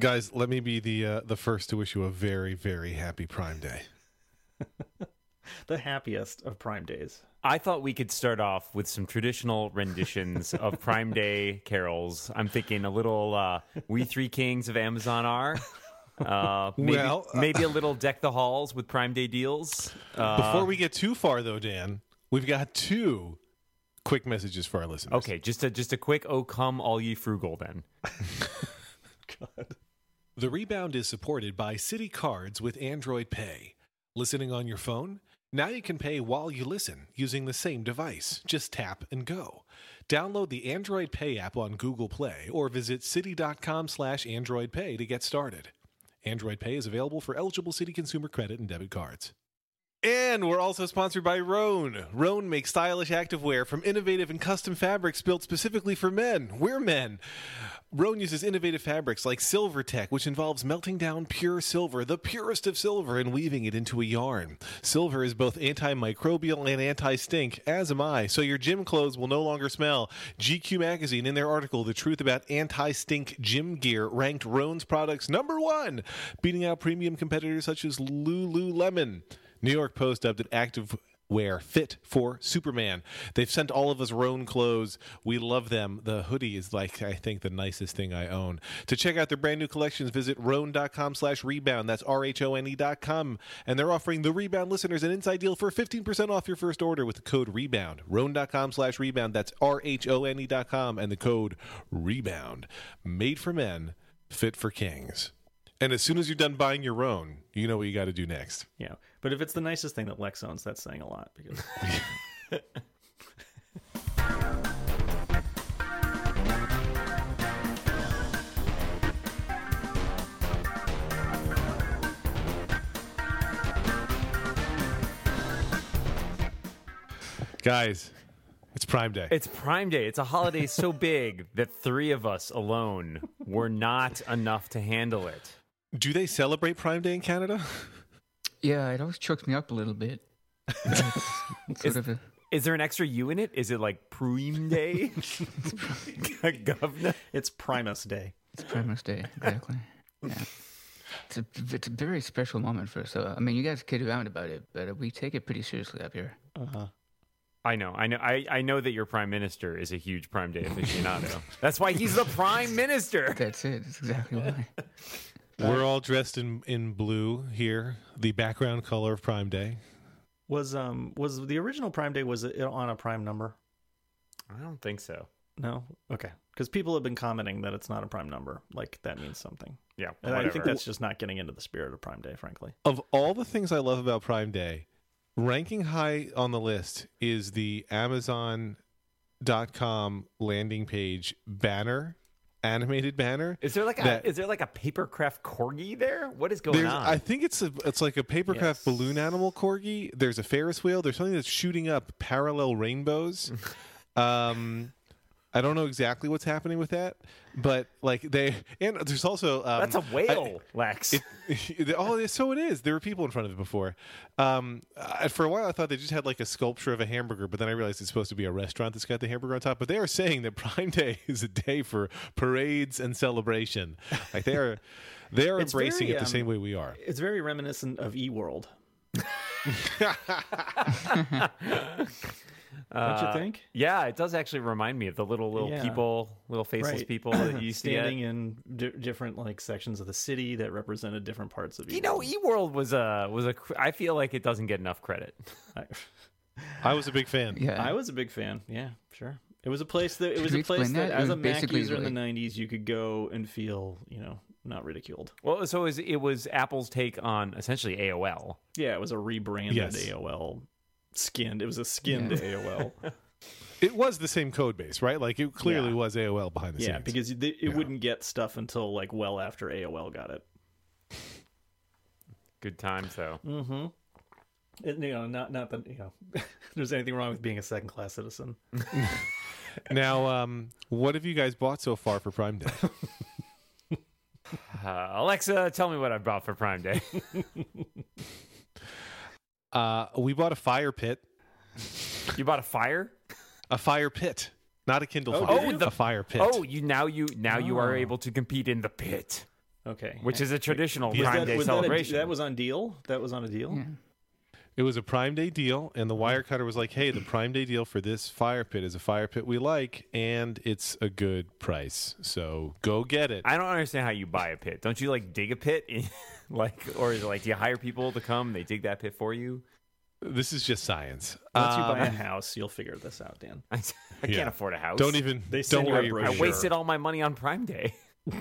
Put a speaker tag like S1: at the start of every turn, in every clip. S1: Guys, let me be the uh, the first to wish you a very very happy Prime Day.
S2: the happiest of Prime Days.
S3: I thought we could start off with some traditional renditions of Prime Day carols. I'm thinking a little uh, "We Three Kings of Amazon Are." Uh, maybe,
S1: Well, uh,
S3: maybe a little deck the halls with Prime Day deals. Uh,
S1: Before we get too far though, Dan, we've got two quick messages for our listeners.
S3: okay, just a just a quick "Oh come all ye frugal" then.
S1: The Rebound is supported by City Cards with Android Pay. Listening on your phone? Now you can pay while you listen using the same device. Just tap and go. Download the Android Pay app on Google Play or visit city.com slash Android Pay to get started. Android Pay is available for eligible city consumer credit and debit cards. And we're also sponsored by Roan. Roan makes stylish activewear from innovative and custom fabrics built specifically for men. We're men. Roan uses innovative fabrics like Silver Tech, which involves melting down pure silver, the purest of silver, and weaving it into a yarn. Silver is both antimicrobial and anti stink, as am I, so your gym clothes will no longer smell. GQ Magazine, in their article, The Truth About Anti Stink Gym Gear, ranked Roan's products number one, beating out premium competitors such as Lululemon. New York Post dubbed it active wear fit for Superman. They've sent all of us Roan clothes. We love them. The hoodie is like I think the nicest thing I own. To check out their brand new collections, visit Roan.com slash rebound. That's R-H-O-N-E E dot com. And they're offering the Rebound listeners an inside deal for 15% off your first order with the code Rebound. Roan.com slash rebound. That's R-H-O-N-E E dot com and the code Rebound. Made for men, fit for kings. And as soon as you're done buying your Roan, you know what you gotta do next.
S2: Yeah. But if it's the nicest thing that Lex owns, that's saying a lot because
S1: Guys, it's Prime Day.
S3: It's Prime Day. It's a holiday so big that three of us alone were not enough to handle it.
S1: Do they celebrate Prime Day in Canada?
S4: Yeah, it always chokes me up a little bit. it's sort of a,
S3: Is there an extra U in it? Is it like Prime Day? Governor?
S2: it's Primus Day.
S4: it's Primus Day, exactly. Yeah. It's a, it's a very special moment for us. So, I mean, you guys kid around about it, but uh, we take it pretty seriously up here.
S3: I know, I know, I, I know that your prime minister is a huge Prime Day aficionado. That's why he's the prime minister.
S4: That's it. That's exactly why.
S1: We're all dressed in, in blue here, the background color of Prime Day.
S2: Was um was the original Prime Day was it on a prime number?
S3: I don't think so.
S2: No? Okay. Because people have been commenting that it's not a prime number. Like that means something.
S3: Yeah,
S2: And I think
S3: whatever.
S2: that's just not getting into the spirit of Prime Day, frankly.
S1: Of all the things I love about Prime Day, ranking high on the list is the Amazon.com landing page banner, animated banner.
S3: Is there like a
S1: that-
S3: is there like a paper craft corgi there? What is going
S1: There's-
S3: on?
S1: I think it's a it's like a papercraft
S2: Yes.
S1: balloon animal corgi. There's a Ferris wheel. There's something that's shooting up parallel rainbows. um, I don't know exactly what's happening with that, but like they and there's also um,
S3: that's a
S1: I-
S3: whale, Lex.
S1: it, oh, yeah, so it is. There were people in front of it before. Um, I, for a while, I thought they just had like a sculpture of a hamburger, but then I realized it's supposed to be a restaurant that's got the hamburger on top. But they are saying that Prime Day is a day for parades and celebration. Like they are, they are
S2: It's
S1: embracing
S2: very,
S1: it the
S2: um,
S1: same way we are.
S2: It's very reminiscent of eWorld. Don't
S3: Uh,
S2: you think?
S3: yeah, it does actually remind me of the little little
S2: Yeah.
S3: people, little faceless
S2: Right.
S3: people that you used to get.
S2: Standing in di different like sections of the city that represented different parts of
S3: You know,
S2: eWorld.
S3: eWorld was a was a. cr- I feel like it doesn't get enough credit.
S2: I,
S1: I was a big fan.
S4: Yeah.
S2: I was a big fan. Yeah, sure. It was a place that it was
S4: we
S2: a place
S4: explain
S2: that,
S4: that? It
S2: as
S4: was
S2: a Mac
S4: basically
S2: user in the
S4: like-
S2: '90s, you could go and feel, you know, not ridiculed.
S3: Well, so it was, it was Apple's take on essentially AOL.
S2: Yeah, it was a rebranded
S1: Yes.
S2: AOL skinned. It was a skinned
S4: Yeah.
S2: AOL.
S1: It was the same code base, right? Like it clearly
S2: Yeah.
S1: was AOL behind the
S2: yeah,
S1: scenes.
S2: because they, it wouldn't get stuff until like well after AOL got it.
S3: Good times though.
S2: Mm. It- you know, not not that you know, there's anything wrong with being a second class citizen.
S1: now, um, what have you guys bought so far for Prime Day?
S3: Uh, Alexa, tell me what I bought for Prime Day.
S1: uh, we bought a fire pit,
S3: you bought a fire?
S1: a fire pit, not a Kindle
S2: Oh,
S1: fire.
S3: did you?
S1: a fire pit.
S3: Oh, you now you now you are able to compete in the pit.
S2: Okay.
S3: which is a traditional
S1: Is
S3: Prime
S2: Ah. that,
S3: Day
S2: was that a-
S3: celebration.
S2: that was on deal. That was on a deal.
S4: Yeah.
S1: It was a Prime Day deal, and the wire cutter was like, "Hey, the Prime Day deal for this fire pit is a fire pit we like, and it's a good price, so go get it."
S3: I don't understand how you buy a pit. Don't you like dig a pit, in, like, or is it like do you hire people to come? They dig that pit for you.
S1: this is just science.
S2: Once you
S1: Um,
S2: buy a house, you'll figure this out, Dan.
S3: I, I
S1: Yeah.
S3: can't afford a house.
S1: don't even
S2: They
S1: don't
S2: send you a
S1: worry.
S2: brochure.
S3: I
S1: Brady.
S2: sure. waste
S3: wasted all my money on Prime Day.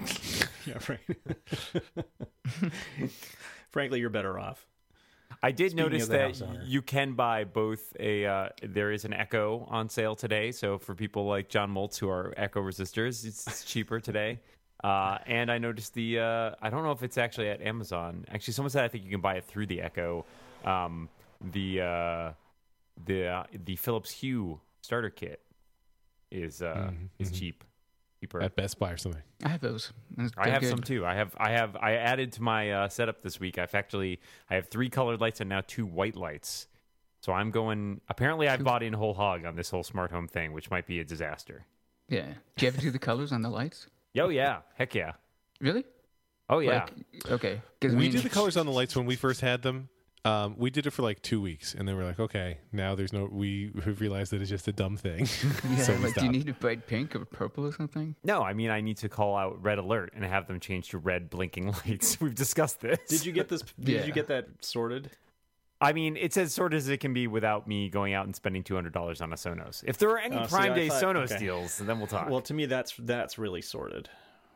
S2: Yeah, right. Frankly, you're better off.
S3: I did
S2: Speaking
S3: notice
S2: of the
S3: that
S2: house owner.
S3: you can buy both a. Uh, there is an Echo on sale today, so for people like John Moltz who are Echo resistors, it's, it's cheaper today. Uh, and I noticed the. Uh, I don't know if it's actually at Amazon. Actually, someone said I think you can buy it through the Echo. Um, the uh, the uh, the Philips Hue starter kit is uh,
S2: Mm-hmm,
S1: Mhm,
S3: is
S1: mhm.
S3: cheap, cheaper.
S1: at Best Buy or something.
S4: I have those. and it's-
S3: I
S4: they're
S3: have
S4: good.
S3: some too. I have I have I added to my uh, setup this week. I've actually I have three colored lights and now two white lights. So I'm going. Apparently, I bought in whole hog on this whole smart home thing, which might be a disaster.
S4: Yeah. Do you ever do the colors on the lights?
S3: Yo, yeah, heck yeah,
S4: Really?
S3: oh yeah.
S4: Like, okay. 'cause I
S1: We
S4: mean-
S1: did the colors on the lights when we first had them. Um, we did it for like two weeks, and then we're like, okay, now there's no. We have realized that it's just a dumb thing.
S4: Yeah,
S1: so we
S4: like, do you
S1: stopped.
S4: need a bright pink or purple or something?
S3: no, I mean I need to call out red alert and have them change to red blinking lights. We've discussed this.
S2: Did you get this? Did
S4: Yeah.
S2: you get that sorted?
S3: I mean, it's as sort as it can be without me going out and spending two hundred dollars on a Sonos. If there are any
S2: Oh, see,
S3: Prime
S2: I
S3: Day
S2: thought-
S3: Sonos
S2: okay.
S3: deals, then we'll talk.
S2: Well,
S3: Well,
S2: to me, that's that's really sorted,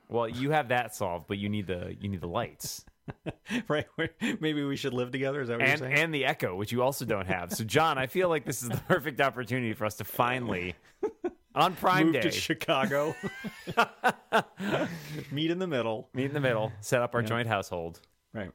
S3: you have that solved, but you need the you need the lights.
S2: right? Maybe we should live together. Is that what
S3: and
S2: you're saying?
S3: and the echo which you also don't have so john i feel like this is the perfect opportunity for us to finally on prime
S2: Move
S3: day
S2: to Chicago. Meet in the middle.
S3: meet in the middle set up our joint household
S2: Right.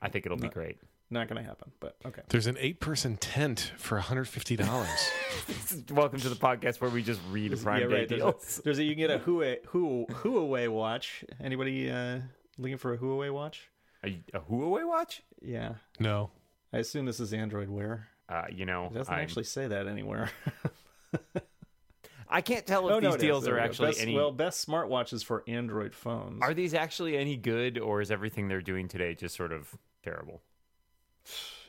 S3: i think it'll be great
S2: Not going to happen. But okay.
S1: There's an eight person tent for $150.
S3: welcome to the podcast where we just read a prime day
S2: There's
S3: deal
S2: a, there's a- you can get a Huawei, Hu- Huawei watch. Anybody uh, looking for a Huawei watch?
S3: a, a huawei watch
S2: Yeah.
S1: no.
S2: I assume this is Android Wear.
S3: uh, you know
S2: It doesn't
S3: I'm-
S2: actually say that anywhere.
S3: i can't tell if
S2: Oh, no,
S3: these
S2: it is.
S3: deals
S2: There
S3: are
S2: we go.
S3: actually
S2: Best-
S3: any
S2: Well, best smartwatches for Android phones.
S3: are these actually any good or is everything they're doing today just sort of terrible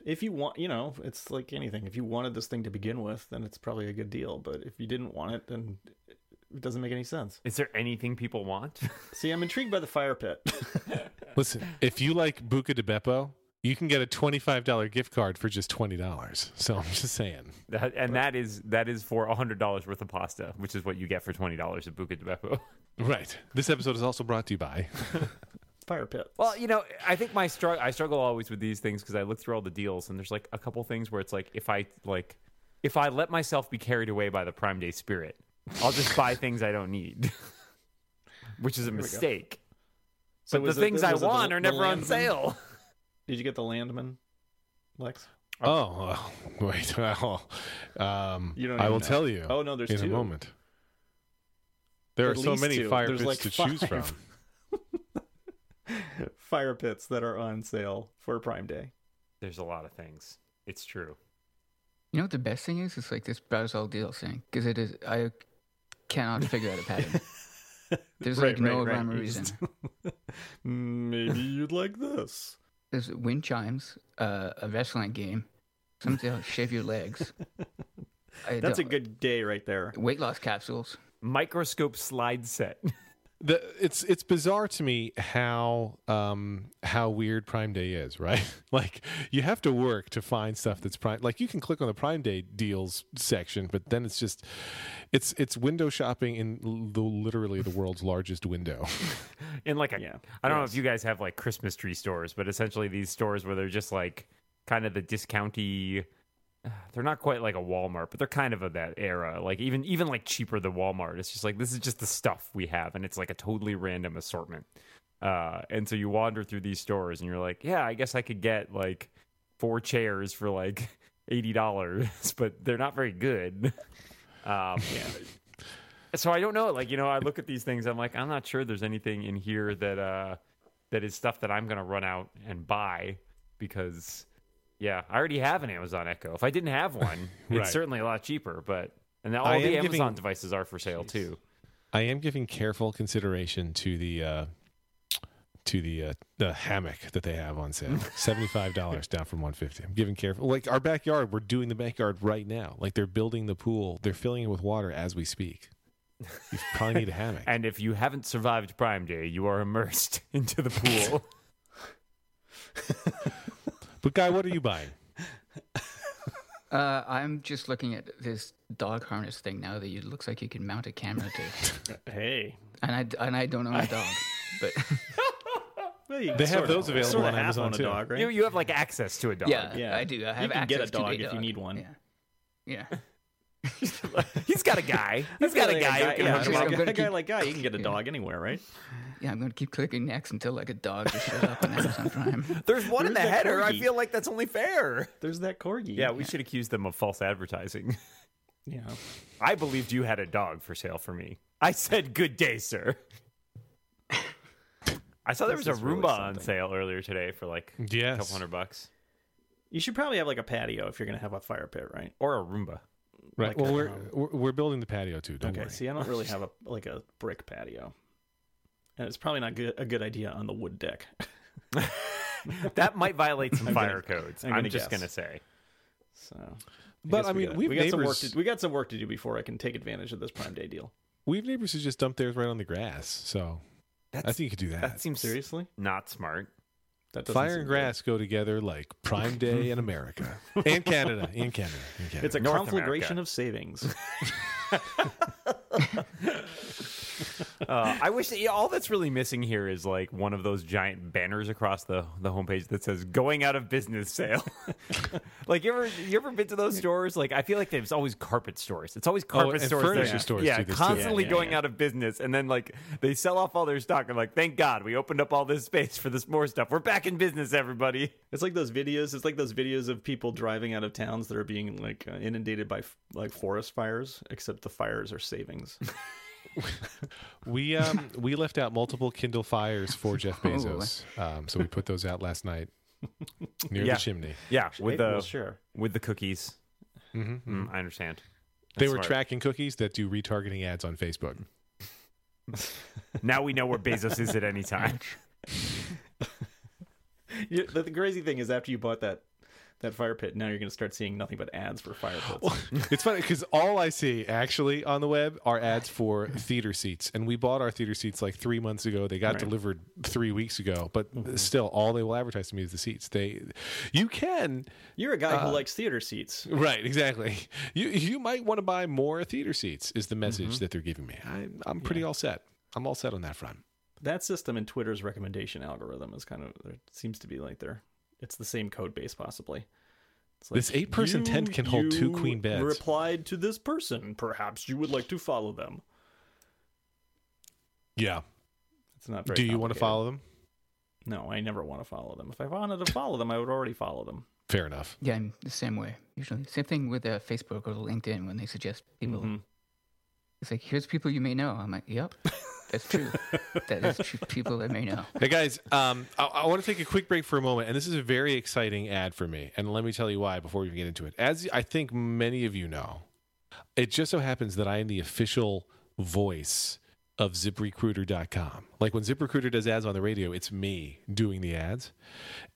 S2: if you want, you know, it's like anything. If you wanted this thing to begin with, then it's probably a good deal. But if you didn't want it, then it doesn't make any sense.
S3: is there anything people want
S2: See, I'm intrigued by the fire pit.
S1: Listen, if you like Buca de Beppo, you can get a $25 gift card for just $20. So I'm just saying.
S3: That- and that is that is for hundred dollars worth of pasta, which is what you get for twenty dollars at Buca di Beppo.
S1: Right. This episode is also brought to you by.
S2: fire pit.
S3: Well, you know, I think my struggle I struggle always with these things because I look through all the deals and there's like a couple things where it's like if I like if I let myself be carried away by the Prime Day spirit, I'll just buy things I don't need, which is a mistake.
S2: So
S3: But
S2: was
S3: the
S2: it-
S3: things I
S2: was it the-
S3: want
S2: the
S3: are never on
S2: Landman?
S3: sale.
S2: Did you get the Landman, Lex?
S1: Oh, oh, wait. Well, um,
S2: You don't
S1: I
S2: even
S1: will
S2: know.
S1: tell you
S2: Oh no, there's
S1: in
S2: two.
S1: a moment. There
S2: At
S1: are so
S2: least
S1: many
S2: two.
S1: fire
S2: There's
S1: pits
S2: like
S1: to choose from.
S2: five. Fire pits that are on sale for Prime Day.
S3: There's a lot of things. It's true.
S4: You know what the best thing is? It's like this browse all deals thing because it is. I cannot figure out a pattern. There's like no rhyme or
S2: You
S4: reason.
S2: just- Maybe you'd like this.
S4: There's wind chimes, uh, a wrestling game, something to shave your legs. I
S2: That's a
S4: don't-
S2: good day right there.
S4: weight loss capsules.
S3: Microscope slide set.
S1: The, it's it's bizarre to me how um how weird Prime Day is, right? like you have to work to find stuff that's prime. Like you can click on the Prime Day deals section, but then it's just it's it's window shopping in l- the, literally the world's largest window.
S3: in like a
S2: Yeah.
S3: I don't know if you guys have like Christmas tree stores, but essentially these stores where they're just like kind of the discounty uh, they're not quite like a Walmart, but they're kind of of that era. Like even even like cheaper than Walmart. It's just like this is just the stuff we have and it's like a totally random assortment. Uh and so you wander through these stores and you're like, yeah, I guess I could get like four chairs for like $80, but they're not very good. Um, yeah. So I don't know. Like you know, I look at these things. I'm like, I'm not sure there's anything in here that uh that is stuff that I'm gonna run out and buy because yeah, I already have an Amazon Echo. If I didn't have one,
S1: Right.
S3: it's certainly a lot cheaper. But and all
S1: I
S3: the
S1: am
S3: Amazon
S1: giving-
S3: devices are for sale too.
S1: I am giving careful consideration to the uh to the uh, the hammock that they have on sale. Seventy five dollars down from one fifty. I'm giving careful. Like our backyard, we're doing the backyard right now. Like they're building the pool, they're filling it with water as we speak. You probably need a hammock.
S3: And if you haven't survived Prime Day, you are immersed into the pool.
S1: but guy, what are you buying?
S4: Uh, I'm just looking at this dog harness thing now that you looks like you can mount a camera to,
S2: Hey,
S4: and I and I don't own a dog, but
S2: well, you
S1: They have
S2: sorta-
S1: those available
S2: sorta
S1: on
S2: half
S1: Amazon,
S2: a
S1: too.
S2: dog, right?
S3: you, you have like access to a dog.
S4: yeah,
S2: Yeah.
S4: I do. I have
S2: can get a
S4: access to
S2: dog if you need one.
S4: Yeah, yeah.
S3: He's got a guy. He's got a guy. who
S2: yeah,
S3: can hook him
S4: I'm just
S3: up.
S2: like a
S4: gonna
S2: guy
S4: keep-
S2: like guy, you can get a
S4: Yeah.
S2: dog anywhere, right?
S4: Yeah, I'm gonna keep clicking next until like a dog just shows up on Amazon Prime.
S3: There's one in the
S2: Where's that
S3: header. I
S2: corgi?
S3: feel like that's only fair.
S2: There's that corgi.
S3: Yeah, we should accuse them of false advertising.
S2: yeah.
S3: I believed you had a dog for sale for me. I said, "Good day, sir." I saw there
S2: This
S3: was a
S2: is really
S3: Roomba on
S2: something.
S3: sale earlier today for like a couple
S1: Yes,
S3: hundred bucks,
S2: You should probably have like a patio if you're gonna have a fire pit, right?
S3: or a Roomba.
S1: right.
S2: like
S1: well,
S2: a,
S1: we're,
S2: um,
S1: we're we're building the patio too. Don't
S2: okay.
S1: worry.
S2: See, I don't really have a like a brick patio, and it's probably not good, a good idea on the wood deck.
S3: That might violate some
S2: I'm gonna-
S3: fire codes.
S2: I'm
S3: I'm,
S2: gonna
S3: just
S2: guess.
S3: gonna say.
S2: So, I
S1: But
S2: guess
S1: I
S2: we
S1: mean,
S2: got-
S1: we've
S2: we got some work
S1: neighbors-
S2: to we got some work to do before I can take advantage of this Prime Day deal.
S1: we have neighbors who just dump theirs right on the grass, so I
S3: That's
S1: think you could do that.
S3: that seems
S2: Seriously,
S3: not smart.
S2: that doesn't
S1: Fire
S2: seem
S1: and
S2: good.
S1: grass go together like Prime Day in America and Canada. In Canada, in Canada.
S2: It's a
S3: North
S2: conflagration
S3: America.
S2: of savings.
S3: Uh, I wish that, yeah, all that's really missing here is like one of those giant banners across the the homepage that says "Going out of business sale." like you ever you ever been to those stores? Like I feel like there's always carpet stores. It's always carpet
S1: and
S3: Oh, stores,
S1: furniture
S3: that-
S1: stores
S3: yeah,
S1: do this too.
S3: constantly
S2: Yeah, yeah,
S3: going
S2: yeah.
S3: out of business, and then like they sell off all their stock. and like, thank God we opened up all this space for this more stuff. We're back in business, everybody.
S2: It's like those videos. It's like those videos of people driving out of towns that are being like uh, inundated by f- like forest fires, except the fires are savings.
S1: We um we left out multiple Kindle fires for Jeff
S2: Oh,
S1: Bezos. Um, so we put those out last night near
S3: Yeah.
S1: the chimney.
S3: Yeah, with the
S2: well, sure,
S3: with the cookies.
S1: hmm
S3: Mm, I understand.
S1: They
S3: That's
S1: were
S3: smart.
S1: tracking cookies that do retargeting ads on Facebook.
S3: Now we know where Bezos is at any time.
S2: You- the, the crazy thing is after you bought that that fire pit, now you're going to start seeing nothing but ads for fire pits.
S1: it's funny because all I see actually on the web are ads for theater seats, and we bought our theater seats like three months ago. They got
S2: Right. Mm-hmm.
S1: delivered three weeks ago, but still, all they will advertise to me is the seats. They, you can
S2: You're a guy
S1: uh,
S2: who likes theater seats.
S1: Right, exactly. You you might want to buy more theater seats is the message that they're giving me. I, I'm pretty all set. I'm all set on that front.
S2: That system in Twitter's recommendation algorithm is kind of it seems to be like they're it's the same code base possibly. It's
S1: This eight-person
S2: you-
S1: tent can hold two
S2: you
S1: queen beds.
S2: Replied to this person, perhaps you would like to follow them.
S1: Yeah.
S2: It's not very.
S1: Do you want to
S2: complicated.
S1: follow them?
S2: No, I never want to follow them. If I wanted to follow them, I would already follow them.
S1: Fair enough.
S4: Yeah, I'm the same way usually. Same thing with uh, Facebook or LinkedIn when they suggest people.
S2: Mhm.
S4: It's like here's people you may know. I'm like, yep, that's true. that is true. People I may know.
S1: Hey guys, um, I, I want to take a quick break for a moment, and this is a very exciting ad for me, and let me tell you why before we even get into it. As I think many of you know, it just so happens that I am the official voice of ZipRecruiter.com. Like when ZipRecruiter does ads on the radio, it's me doing the ads.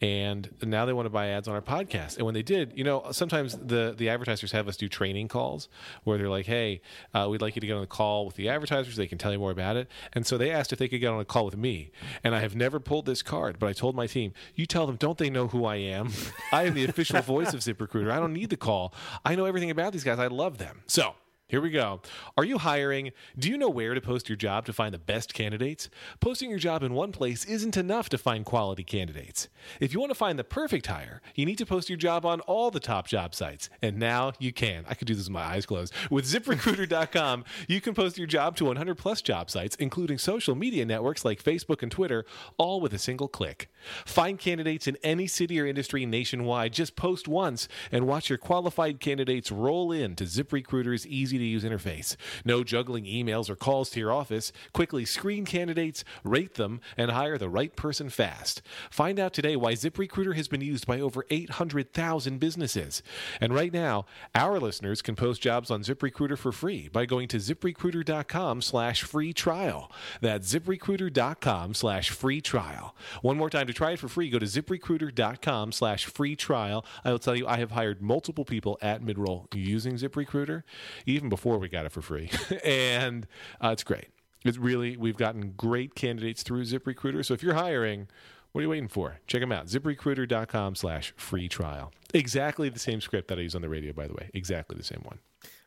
S1: and now they want to buy ads on our podcast. And when they did, you know, sometimes the the advertisers have us do training calls where they're like, "Hey, uh, we'd like you to get on the call with the advertisers. They can tell you more about it." And so they asked if they could get on a call with me, and I have never pulled this card, but I told my team, "You tell them, don't they know who I am? I am the official voice of ZipRecruiter. I don't need the call. I know everything about these guys. I love them." So. Here we go. Are you hiring? Do you know where to post your job to find the best candidates? Posting your job in one place isn't enough to find quality candidates. If you want to find the perfect hire, you need to post your job on all the top job sites. And now you can. I could do this with my eyes closed. With ziprecruiter.com, you can post your job to 100 plus job sites, including social media networks like Facebook and Twitter, all with a single click. Find candidates in any city or industry nationwide. Just post once and watch your qualified candidates roll in to ZipRecruiter's easy easy to use interface. No juggling emails or calls to your office. Quickly screen candidates, rate them, and hire the right person fast. Find out today why ZipRecruiter has been used by over 800,000 businesses. And right now, our listeners can post jobs on ZipRecruiter for free by going to ziprecruiter.com slash free trial. That's ziprecruiter.com slash free trial. One more time to try it for free, go to ziprecruiter.com slash free trial. I will tell you, I have hired multiple people at midroll using ZipRecruiter, even before we got it for free. and uh, it's great. It's really, we've gotten great candidates through ZipRecruiter. So if you're hiring, what are you waiting for? Check them out. ZipRecruiter.com slash free trial. Exactly the same script that I use on the radio, by the way. Exactly the same one.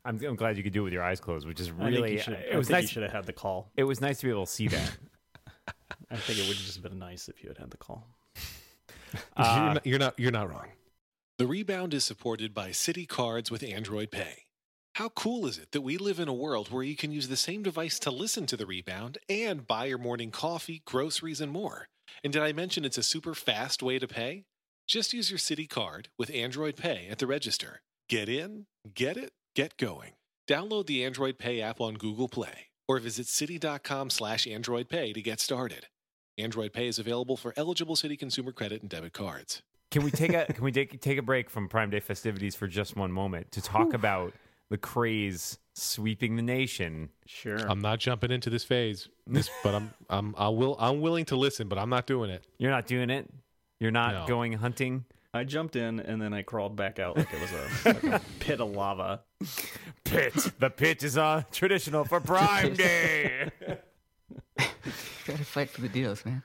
S3: I'm, I'm glad you could do it with your eyes closed, which is
S2: I think
S3: really. uh,
S2: you should,
S3: it was
S2: I think you
S3: nice.
S2: should have had the call.
S3: It was nice to be able to see that.
S2: I think it would have just been nice if you had had the call.
S1: you're,
S3: Uh,
S1: not, you're not you're not wrong. The rebound is supported by City Cards with Android Pay. How cool is it that we live in a world where you can use the same device to listen to the rebound and buy your morning coffee, groceries, and more? And did I mention it's a super fast way to pay? Just use your City Card with Android Pay at the register. Get in, get it, get going. Download the Android Pay app on Google Play or visit city.com slash Android Pay to get started. Android Pay is available for eligible city consumer credit and debit cards.
S3: Can we take a can we take take a break from Prime Day festivities for just one moment to talk about the craze sweeping the nation?
S2: Sure.
S1: I'm not jumping into this phase, this, but I'm I'm I will I'm willing to listen, but I'm not doing it.
S3: You're not doing it. You're not
S1: No.
S3: going hunting.
S2: I jumped in and then I crawled back out like it was a, like a pit of lava.
S3: Pit. The pit is uh, traditional for Prime Day.
S4: Gotta fight for the deals, man.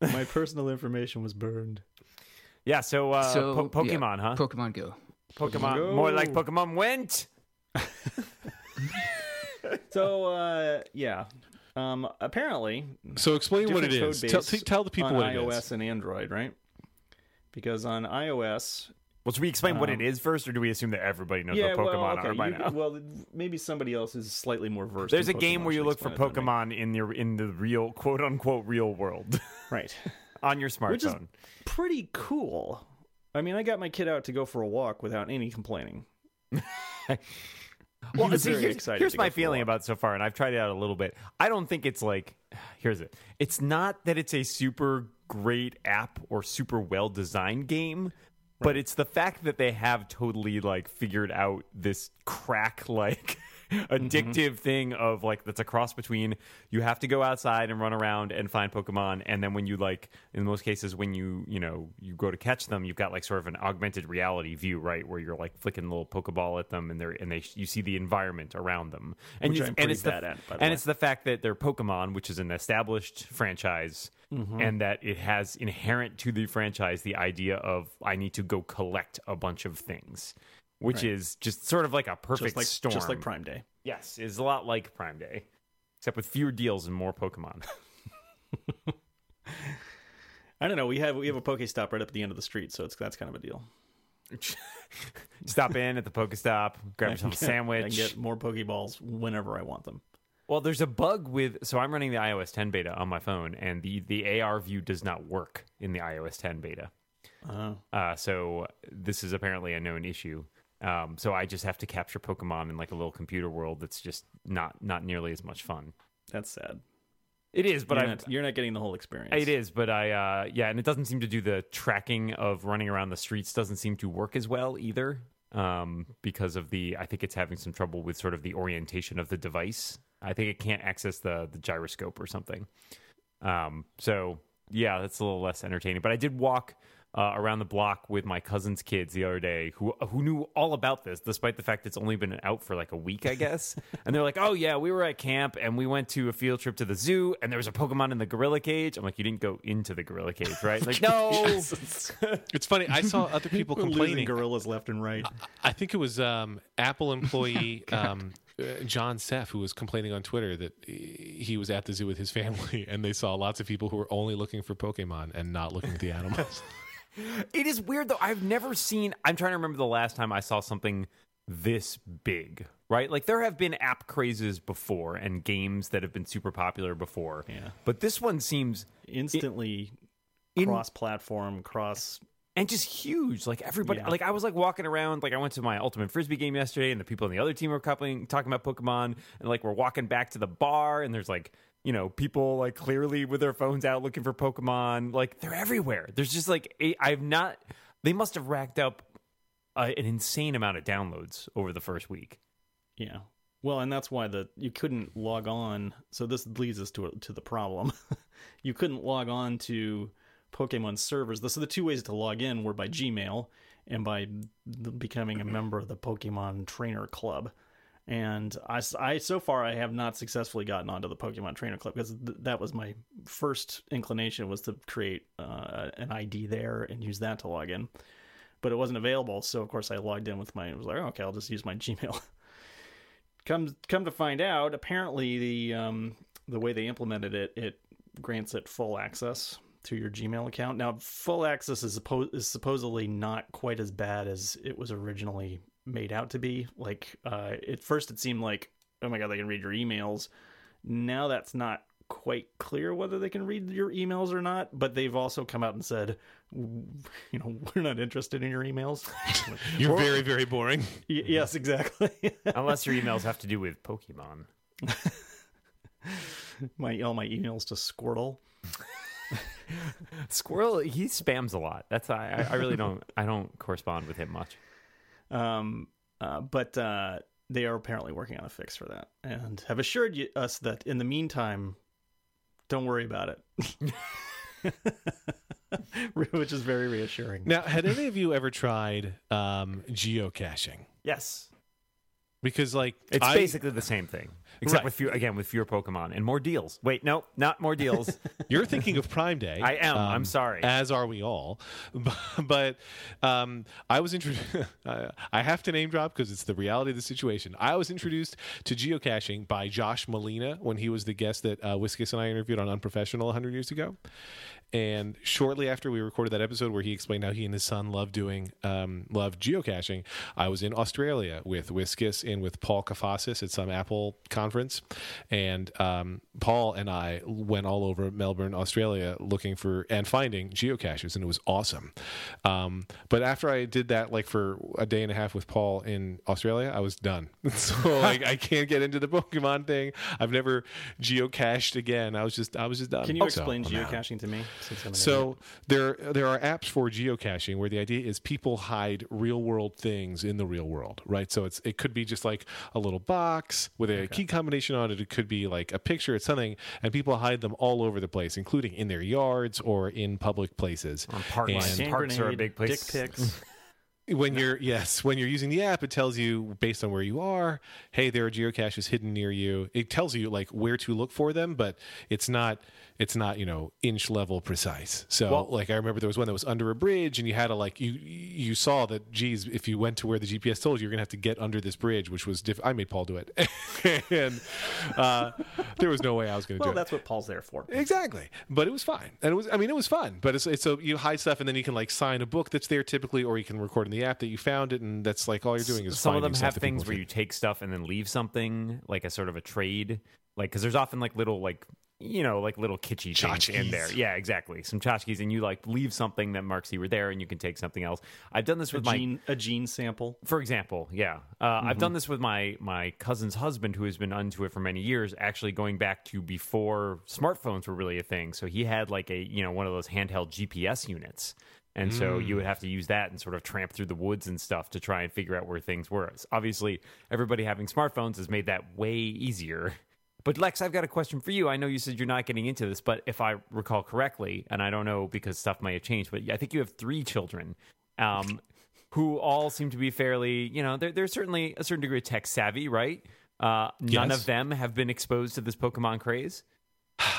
S2: My personal information was burned.
S3: yeah. So, uh,
S4: so
S3: po-
S4: yeah,
S3: Pokemon, huh?
S4: Pokemon Go.
S3: Pokemon.
S2: Go.
S3: More like Pokemon went.
S2: So uh, yeah, um, apparently
S1: So explain what it
S2: different
S1: is.
S2: code
S1: Tell,
S2: base
S1: tell the people
S2: on
S1: what
S2: iOS
S1: it is.
S2: and Android, right? Because on iOS,
S3: Well, should we explain what
S2: Um,
S3: it is first, or do we assume that everybody knows
S2: yeah,
S3: what Pokemon
S2: well, okay,
S3: are by
S2: you-
S3: now?
S2: well, maybe somebody else is slightly more versed.
S3: There's a
S2: in
S3: game
S2: Pokemon,
S3: where you
S2: should
S3: look for
S2: explain it to me.
S3: Pokemon in your in the real quote unquote real world
S2: right?
S3: on your smartphone.
S2: Which is pretty cool. I mean, I got my kid out to go for a walk without any complaining.
S3: Well,
S2: was
S3: see,
S2: very
S3: here's,
S2: excited
S3: here's
S2: to go
S3: my
S2: for a
S3: feeling
S2: walk.
S3: about it so far, and I've tried it out a little bit. I don't think it's like, here's it. It's not that it's a super great app or super well designed game, but it's the fact that they have totally like figured out this crack like addictive thing of like that's a cross between you have to go outside and run around and find Pokemon, and then when you like in most cases when you you know you go to catch them, you've got like sort of an augmented reality view, right, where you're like flicking a little Pokeball at them, and they're and they you see the environment around them, and
S2: Which
S3: it's,
S2: I'm
S3: and
S2: pretty
S3: it's the-
S2: bad at, by the
S3: and
S2: way.
S3: it's the fact that they're Pokemon, which is an established franchise,
S2: Mm-hmm.
S3: and that it has inherent to the franchise the idea of I need to go collect a bunch of things, which is just sort of like a perfect
S2: Just like
S3: storm.
S2: just like Prime Day.
S3: Yes, it's a lot like Prime Day, except with fewer deals and more Pokemon.
S2: I don't know. We have we have a Pokestop right up at the end of the street, so it's that's kind of a deal.
S3: Stop in at the Pokestop, grab
S2: I can
S3: yourself a
S2: get- I
S3: sandwich.
S2: can get more Pokeballs whenever I want them.
S3: Well, there's a bug with so I'm running the iOS 10 beta on my phone, and the the AR view does not work in the iOS 10 beta.
S2: Uh,
S3: Uh, so this is apparently a known issue. Um, so I just have to capture Pokemon in like a little computer world that's just not not nearly as much fun.
S2: that's sad.
S3: It is, but
S2: you're,
S3: I
S2: not, you're not getting the whole experience.
S3: it is, but I uh, yeah, and it doesn't seem to do the tracking of running around the streets doesn't seem to work as well either. Um, because of the I think it's having some trouble with sort of the orientation of the device. I think it can't access the the gyroscope or something. Um, so yeah, that's a little less entertaining. But I did walk uh, around the block with my cousin's kids the other day, who who knew all about this, despite the fact it's only been out for like a week, I guess. and they're like, "Oh yeah, we were at camp and we went to a field trip to the zoo, and there was a Pokemon in the gorilla cage." I'm like, "You didn't go into the gorilla cage, right?" Like, no.
S1: It's funny. I saw other people
S2: We're losing
S1: complaining.
S2: gorillas left and
S3: Uh,
S2: right.
S1: I think it was um, Apple employee
S2: Oh,
S1: um, uh, John Seff who was complaining on Twitter that he he was at the zoo with his family and they saw lots of people who were only looking for Pokemon and not looking at the animals.
S3: It is weird though. I've never seen. I'm trying to remember the last time I saw something this big. Right? Like there have been app crazes before and games that have been super popular before.
S2: Yeah.
S3: But this one seems
S2: Instantly
S3: in-
S2: cross platform, cross
S3: and just huge. Like everybody,
S2: Yeah.
S3: like I was like walking around. Like I went to my ultimate frisbee game yesterday, and the people on the other team were coupling, talking about Pokemon, and like we're walking back to the bar, and there's like you know people like clearly with their phones out looking for Pokemon. Like they're everywhere. There's just like i I've not. They must have racked up uh, an insane amount of downloads over the first week.
S2: Yeah. Well, and that's why the you couldn't log on. So this leads us to to the problem. you couldn't log on to Pokemon servers. The- So the two ways to log in were by Gmail and by th- becoming a member of the Pokemon Trainer Club. And I, s- I- so far I have not successfully gotten onto the Pokemon Trainer Club because th- that was my first inclination was to create uh, an ID there and use that to log in, but it wasn't available. So of course I logged in with my I was like "Oh, okay I'll just use my Gmail. come come to find out, apparently the um, the way they implemented it, it grants it full access to your Gmail account. Now, full access is suppo- is supposedly not quite as bad as it was originally made out to be. Like uh, at first, it seemed like, oh my god, they can read your emails. Now that's not quite clear whether they can read your emails or not. But they've also come out and said, w- you know, we're not interested in your emails.
S1: You're very, very boring.
S2: Y- yes, exactly.
S3: Unless your emails have to do with Pokemon.
S2: my all my emails to Squirtle.
S3: Squirrel, he spams a lot. That's I, I really don't I don't correspond with him much.
S2: Um, uh, but uh, they are apparently working on a fix for that and have assured you, us that in the meantime, don't worry about it. Which is very reassuring.
S1: Now, had any of you ever tried um, geocaching?
S3: Yes,
S1: Because like
S3: it's
S1: I-
S3: basically the same thing, except
S1: Right.
S3: with fewer again with fewer Pokemon and more deals. Wait, no, not more deals.
S1: You're thinking of Prime Day. Um,
S3: I am. I'm sorry.
S1: As are we all. But um, I was introduced. I have to name drop because it's the reality of the situation. I was introduced to geocaching by Josh Molina when he was the guest that uh, Whiskus and I interviewed on Unprofessional 100 years ago. And shortly after we recorded that episode where he explained how he and his son love doing, um, love geocaching, I was in Australia with Whiskus and with Paul Kafasis at some Apple conference. And um, Paul and I went all over Melbourne, Australia, looking for and finding geocaches. And it was awesome. Um, but after I did that, like for a day and a half with Paul in Australia, I was done. so like, I can't get into the Pokemon thing. I've never geocached again. I was just, I was just done.
S2: Can you
S1: So,
S3: oh,
S2: explain
S1: I'm out.
S2: geocaching to me? Since I'm an
S1: So there there are apps for geocaching where the idea is people hide real world things in the real world, right? So it's it could be just like a little box with a key combination on it. It could be like a picture, it's something, and people hide them all over the place, including in their yards or in public places.
S3: On park
S1: And-
S3: lines.
S2: idiot. Hand
S3: Parks are a
S2: grenade,
S3: big place.
S2: Dick pics.
S1: When you're yes, when you're using the app, it tells you based on where you are, hey, there are geocaches hidden near you. It tells you like where to look for them, but it's not it's not, you know, inch level precise. So
S3: Well-
S1: like I remember there was one that was under a bridge and you had to like you you saw that geez, if you went to where the GPS told you you're gonna have to get under this bridge, which was diff- I made Paul do it. and uh, there was no way I was gonna do
S2: well,
S1: it.
S2: that's what Paul's there for.
S3: Eh,
S1: Exactly, but it was fine, and it was. I mean, it was fun, but it's, it's so you hide stuff, and then you can like sign a book that's there typically, or you can record in the app that you found it, and that's like all you're doing is
S3: Some of
S1: finding
S3: them
S1: stuff
S3: have
S1: that people
S3: things where you take stuff and then leave something, like a sort of a trade, like because there's often like little like you know like little kitschy things in
S1: Tchotchkes.
S3: there. Yeah, exactly. Some tchotchkes, and you like leave something that marks you were there, and you can take something else. I've done this
S2: A
S3: with my
S2: gene, a gene sample.
S3: for example, yeah, uh, I've done this with my my cousin's husband who has been onto it for many years. Actually, going back to before smartphones were really a thing, so he had like a you know one of those handheld GPS units, and so you would have to use that and sort of tramp through the woods and stuff to try and figure out where things were. It's- Obviously, everybody having smartphones has made that way easier. But Lex, I've got a question for you. I know you said you're not getting into this, but if I recall correctly, and I don't know because stuff might have changed, but I think you have three children. Um, who all seem to be fairly, you know, they're, they're certainly a certain degree of tech savvy, right? Uh, none
S1: Yes.
S3: of them have been exposed to this Pokemon craze.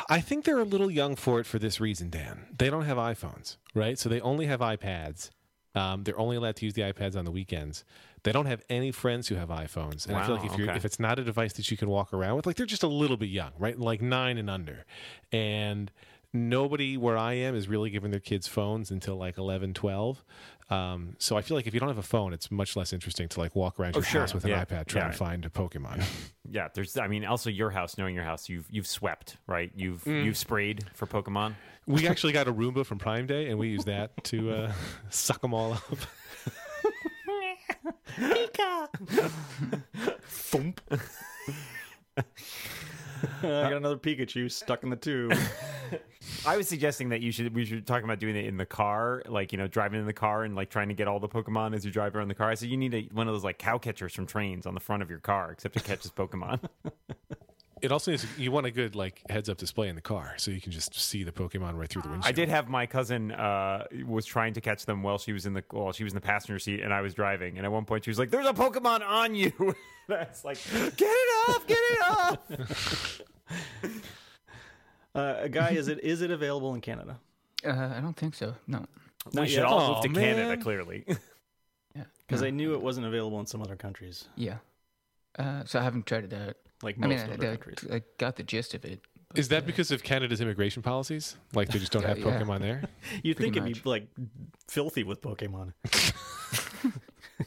S1: I think they're a little young for it for this reason, Dan. They don't have iPhones, right? So they only have iPads. Um, they're only allowed to use the iPads on the weekends. They don't have any friends who have iPhones. And I feel
S3: Wow,
S1: like if, you're,
S3: okay.
S1: if it's not a device that you can walk around with, like they're just a little bit young, right? Like nine and under. And nobody where I am is really giving their kids phones until like 11, 12. Um, so I feel like if you don't have a phone, it's much less interesting to like walk around your
S3: Oh, sure.
S1: house with an
S3: Yeah.
S1: iPad trying
S3: Yeah.
S1: to find a Pokemon.
S3: Yeah, there's. I mean, also your house, knowing your house, you've you've swept, right? You've you've sprayed for Pokemon.
S1: we actually got a Roomba from Prime Day and we used that to uh, suck them all up.
S2: Thump. Uh, I got another Pikachu stuck in the tube.
S3: I was suggesting that you should we should talk about doing it in the car, like you know, driving in the car and like trying to get all the Pokemon as you drive around the car. So you need a, one of those like cow catchers from trains on the front of your car, except it catches Pokemon.
S1: It also needs, you want a good like heads up display in the car so you can just see the Pokemon right through the windshield.
S3: I did have my cousin uh, was trying to catch them while she was in the well, she was in the passenger seat and I was driving. And at one point she was like, "There's a Pokemon on you." That's like, get it off, get it off.
S2: Uh, a guy, is it is it available in Canada?
S4: Uh, I don't think so. No.
S3: we
S2: Not
S3: should
S2: yet.
S3: all
S1: Aw,
S3: move to
S1: man.
S3: Canada, clearly.
S4: Yeah.
S2: Because
S4: no.
S2: I knew it wasn't available in some other countries,
S4: Yeah. Uh, so I haven't tried it out.
S2: like
S4: I
S2: most
S4: mean,
S2: other
S4: I,
S2: countries.
S4: I, I got the gist of it. but,
S1: Is that
S4: uh,
S1: because of Canada's immigration policies? Like they just don't have
S4: Yeah, yeah.
S1: Pokemon there?
S2: You'd think
S4: pretty
S2: it'd be like filthy with Pokemon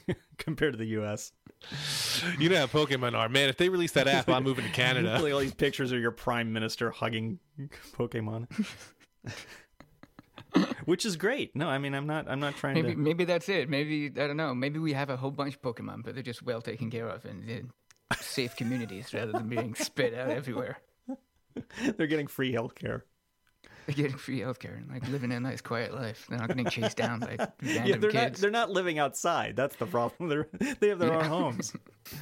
S2: compared to the U.S.
S1: You know how Pokemon are, man. If they release that app, I'm moving to Canada.
S2: Like all these pictures of your prime minister hugging Pokemon, which is great. No, I mean I'm not. I'm not trying
S4: Maybe
S2: to.
S4: maybe that's it. Maybe I don't know. Maybe we have a whole bunch of Pokemon, but they're just well taken care of and in safe communities rather than being spit out everywhere.
S2: They're getting free healthcare.
S4: They're getting free healthcare and like living a nice quiet life. They're not getting chased down by random
S2: Yeah, they're not.
S4: kids.
S2: They're not living outside. That's the problem. They're they have their own homes.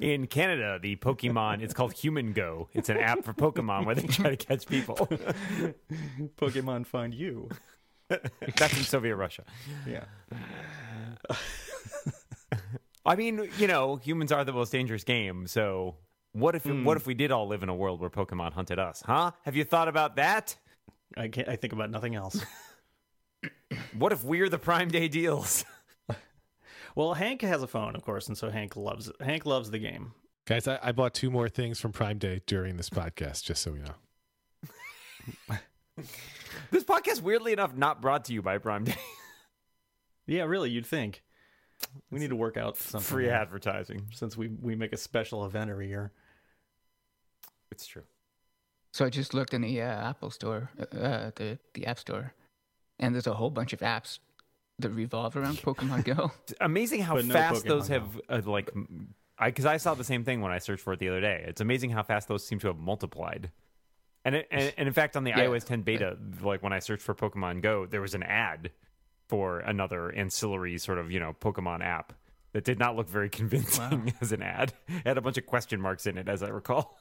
S3: In Canada, the Pokemon it's called Human Go. It's an app for Pokemon where they try to catch people.
S2: Pokemon find you.
S3: That's in Soviet Russia.
S2: Yeah.
S3: I mean, you know, humans are the most dangerous game. So what if what if we did all live in a world where Pokemon hunted us? Huh? Have you thought about that?
S2: I can't. I think about nothing else.
S3: What if we're the Prime Day deals?
S2: Well, Hank has a phone, of course, and so Hank loves it. Hank loves the game.
S1: Guys, I, I bought two more things from Prime Day during this podcast, just so you know.
S3: This podcast, weirdly enough, not brought to you by Prime Day.
S2: Yeah, really, you'd think. We need to work out something
S3: Free
S2: here,
S3: advertising.
S2: since we we make a special event every year.
S3: It's true.
S4: So I just looked in the uh, Apple Store, uh, uh, the the App Store, and there's a whole bunch of apps that revolve around Pokemon Go.
S3: It's amazing how
S2: But no
S3: fast those
S2: Pokemon,
S3: have uh, like. I because I saw the same thing when I searched for it the other day. It's amazing how fast those seem to have multiplied. And it, and, and in fact, on the
S4: Yeah.
S3: iOS 10 beta, like when I searched for Pokemon Go, there was an ad for another ancillary sort of you know Pokemon app that did not look very convincing as an ad. It had a bunch of question marks in it, as I recall.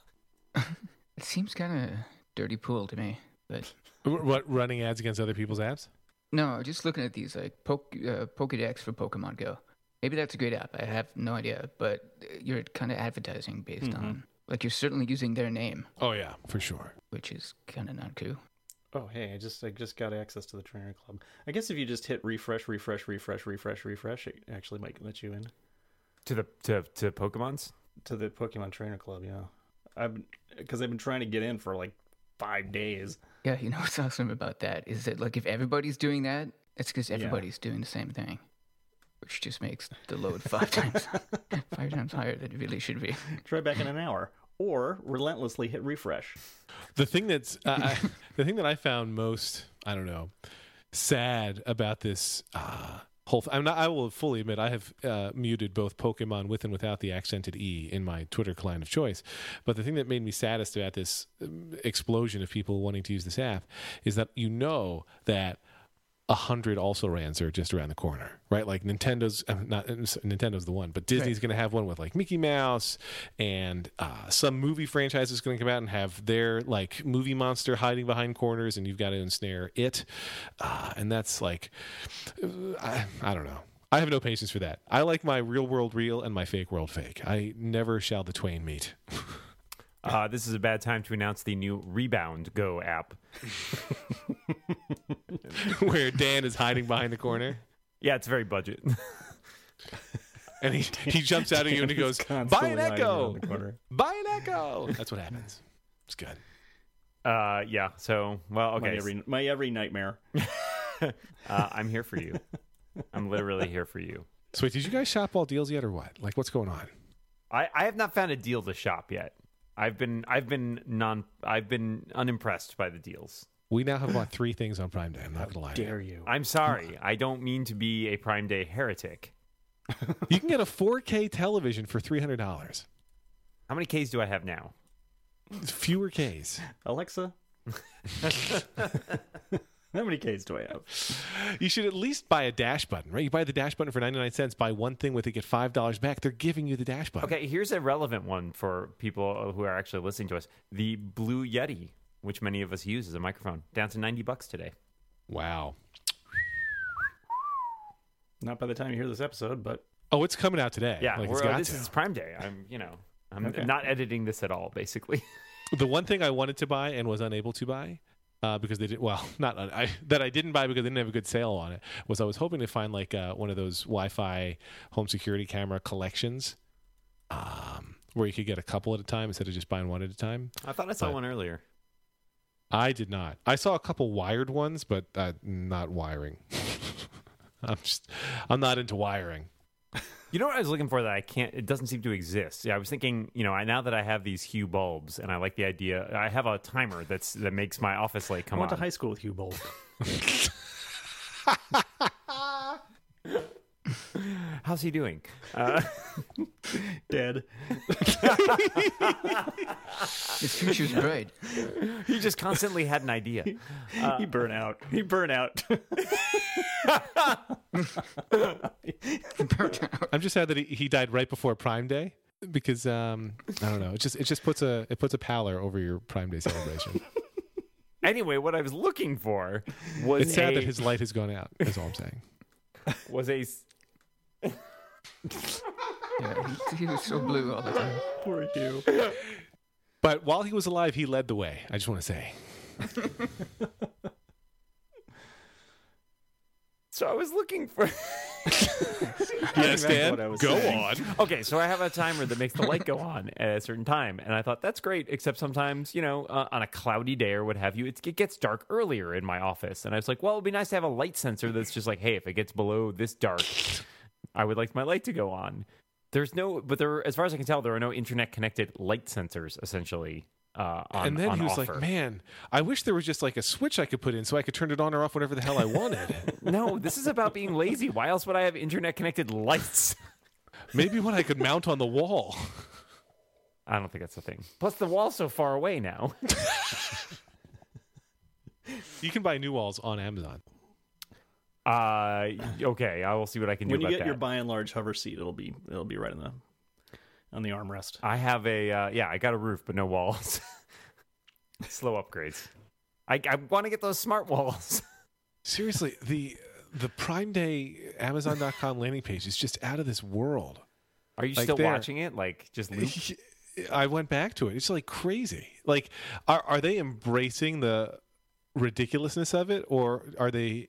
S4: It seems kind of dirty pool to me, but
S1: R- What running ads against other people's apps?
S4: no, just looking at these like Poke, uh, Pokedex for Pokemon Go. Maybe that's a great app. I have no idea, but you're kind of advertising based on like you're certainly using their name,
S1: Oh yeah, for sure.
S4: which is kind of not cool.
S2: Oh hey, I just I just got access to the trainer club. I guess if you just hit refresh, refresh, refresh, refresh, refresh, it actually might let you in
S3: To the to to Pokemon's.
S2: to the Pokemon Trainer Club. Yeah, I've because I've been trying to get in for like five days.
S4: Yeah, you know what's awesome about that is that like if everybody's doing that, it's because everybody's doing the same thing, which just makes the load five times five times higher than it really should be.
S2: Try back in an hour, or relentlessly hit refresh.
S1: The thing that's uh, I, the thing that I found most I don't know sad about this uh, whole. Th- I'm not. I will fully admit I have uh, muted both Pokemon with and without the accented e in my Twitter client of choice. But the thing that made me saddest about this um, explosion of people wanting to use this app is that you know that a hundred also rans are just around the corner, right? Like Nintendo's uh, not Nintendo's the one, but Disney's going to have one with like Mickey Mouse, and uh, some movie franchise is going to come out and have their like movie monster hiding behind corners, and you've got to ensnare it, uh, and that's like, uh, I, I don't know. I have no patience for that. I like my real world real and my fake world fake. I never shall the twain meet.
S3: Uh, this is a bad time to announce the new Rebound Go app.
S1: Where Dan is hiding behind the corner.
S3: Yeah, it's very budget.
S1: And he, he jumps out at you and he goes,
S2: It's
S1: Buy
S2: constantly
S1: an
S2: hiding
S1: Echo!
S2: around the corner.
S1: Buy an Echo! That's what happens. It's good.
S3: Uh, yeah. So, well,
S2: My
S3: okay.
S2: every my every nightmare.
S3: uh, I'm here for you. I'm literally here for you.
S1: So, wait, did you guys shop all deals yet or what? Like, what's going on?
S3: I, I have not found a deal to shop yet. I've been I've been non I've been unimpressed by the deals.
S1: We now have bought three things on Prime Day. I'm not going to lie.
S2: you?
S3: I'm sorry. I don't mean to be a Prime Day heretic.
S1: You can get a 4K television for $300.
S3: How many Ks do I have now?
S1: Fewer Ks.
S2: Alexa. How many Ks do I have?
S1: You should at least buy a dash button, right? You buy the dash button for 99 cents, buy one thing with it, get $5 back. They're giving you the dash button.
S3: Okay, here's a relevant one for people who are actually listening to us. The Blue Yeti, which many of us use as a microphone, down to 90 bucks today.
S1: Wow.
S2: Not by the time you hear this episode, but
S1: Oh, it's coming out today.
S3: Yeah,
S1: Like, it's
S3: we're, uh,
S1: got
S3: this
S1: to.
S3: is Prime Day. I'm, you know, I'm
S2: Okay.
S3: not editing this at all, basically.
S1: the one thing I wanted to buy and was unable to buy uh, because they did well, not un- I, that I didn't buy because they didn't have a good sale on it was I was hoping to find like uh, one of those Wi-Fi home security camera collections, um, where you could get a couple at a time instead of just buying one at a time.
S3: I thought I saw
S1: But-
S3: one earlier.
S1: I did not. I saw a couple wired ones, but uh, not wiring. I'm just I'm not into wiring.
S3: You know what I was looking for that I can't. It doesn't seem to exist. Yeah, I was thinking, you know, I now that I have these Hue bulbs and I like the idea. I have a timer that's that makes my office light
S2: I
S3: come on.
S2: went to high school with Hugh Bolt.
S3: How's he doing? Uh,
S2: Dead.
S4: His future's bright.
S3: he just constantly had an idea. Uh,
S2: he burn out. He burn out.
S1: I'm just sad that he, he died right before Prime Day because um, I don't know. It just it just puts a it puts a pallor over your Prime Day celebration.
S3: Anyway, what I was looking for was
S1: It's sad
S3: a,
S1: that his light has gone out. Is all I'm saying.
S3: was a s-
S4: Yeah, he, he was so blue all the time.
S2: Poor Hugh.
S1: But while he was alive, he led the way. I just want to say.
S3: so I was looking for.
S1: Yes,
S2: That's Dan, what I was go saying.
S1: on.
S3: Okay, so I have a timer that makes the light go on at a certain time, and I thought that's great. Except sometimes, you know, uh, on a cloudy day or what have you, it's, it gets dark earlier in my office, and I was like, well, it'd be nice to have a light sensor that's just like, hey, if it gets below this dark, I would like my light to go on. There's no, but there, as far as I can tell, there are no internet connected light sensors essentially. Uh, on,
S1: And then
S3: on
S1: he was
S3: offer.
S1: like, "Man, I wish there was just like a switch I could put in so I could turn it on or off whenever the hell I wanted.
S3: no, this is about being lazy. Why else would I have internet connected lights?
S1: Maybe one I could mount on the wall."
S3: I don't think that's a thing. Plus, the wall's so far away now.
S1: You can buy new walls on Amazon.
S3: Uh, okay, I will see what I can do
S2: When you
S3: about
S2: get
S3: that.
S2: your by and large hover seat, it'll be it'll be right on the on the armrest.
S3: I have a uh, yeah, I got a roof, but no walls. Slow upgrades. I, I want to get those smart walls.
S1: Seriously, the the Prime Day Amazon.com landing page is just out of this world.
S3: Are you
S1: Like
S3: still
S1: there.
S3: watching it? Like just loop?
S1: I went back to it. It's like crazy. Like, are are they embracing the ridiculousness of it, or are they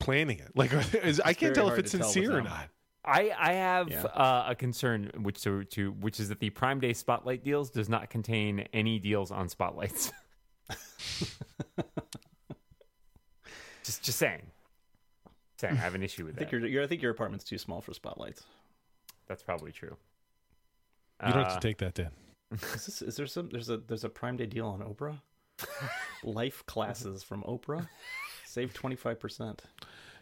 S1: planning it? Like, are they, is, I can't
S2: very
S1: tell if
S2: hard
S1: it's
S2: to tell
S1: sincere or
S2: without-
S1: not.
S3: I I have
S2: Yeah.
S3: uh, a concern which to, to which is that the Prime Day Spotlight deals does not contain any deals on spotlights. just just saying. Saying I have an issue with
S2: I think
S3: that.
S2: your your I think your apartment's too small for spotlights.
S3: That's probably true.
S1: You don't have
S3: Uh,
S1: to take that, Dan.
S2: Is, this, is there some there's a there's a Prime Day deal on Oprah? Life classes from Oprah. Save twenty five percent.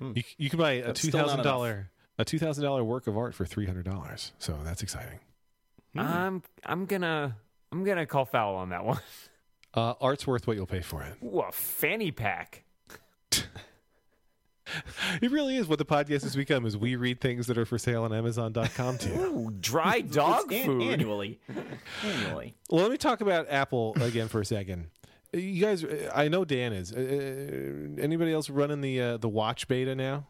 S1: You, you can buy a
S2: That's
S1: two
S2: still not
S1: thousand dollar a two thousand dollar work of art for three hundred dollars. So that's exciting.
S3: I'm I'm gonna I'm gonna call foul on that one.
S1: Uh, art's worth what you'll pay for it.
S3: Ooh, a fanny pack.
S1: It really is what the podcast has become. Is we read things that are for sale on Amazon.com to you.
S3: Ooh, dry dog
S2: It's an-
S3: food.
S2: annually. annually.
S1: Well, let me talk about Apple again for a second. You guys, I know Dan is. Uh, anybody else running the uh, the watch beta now?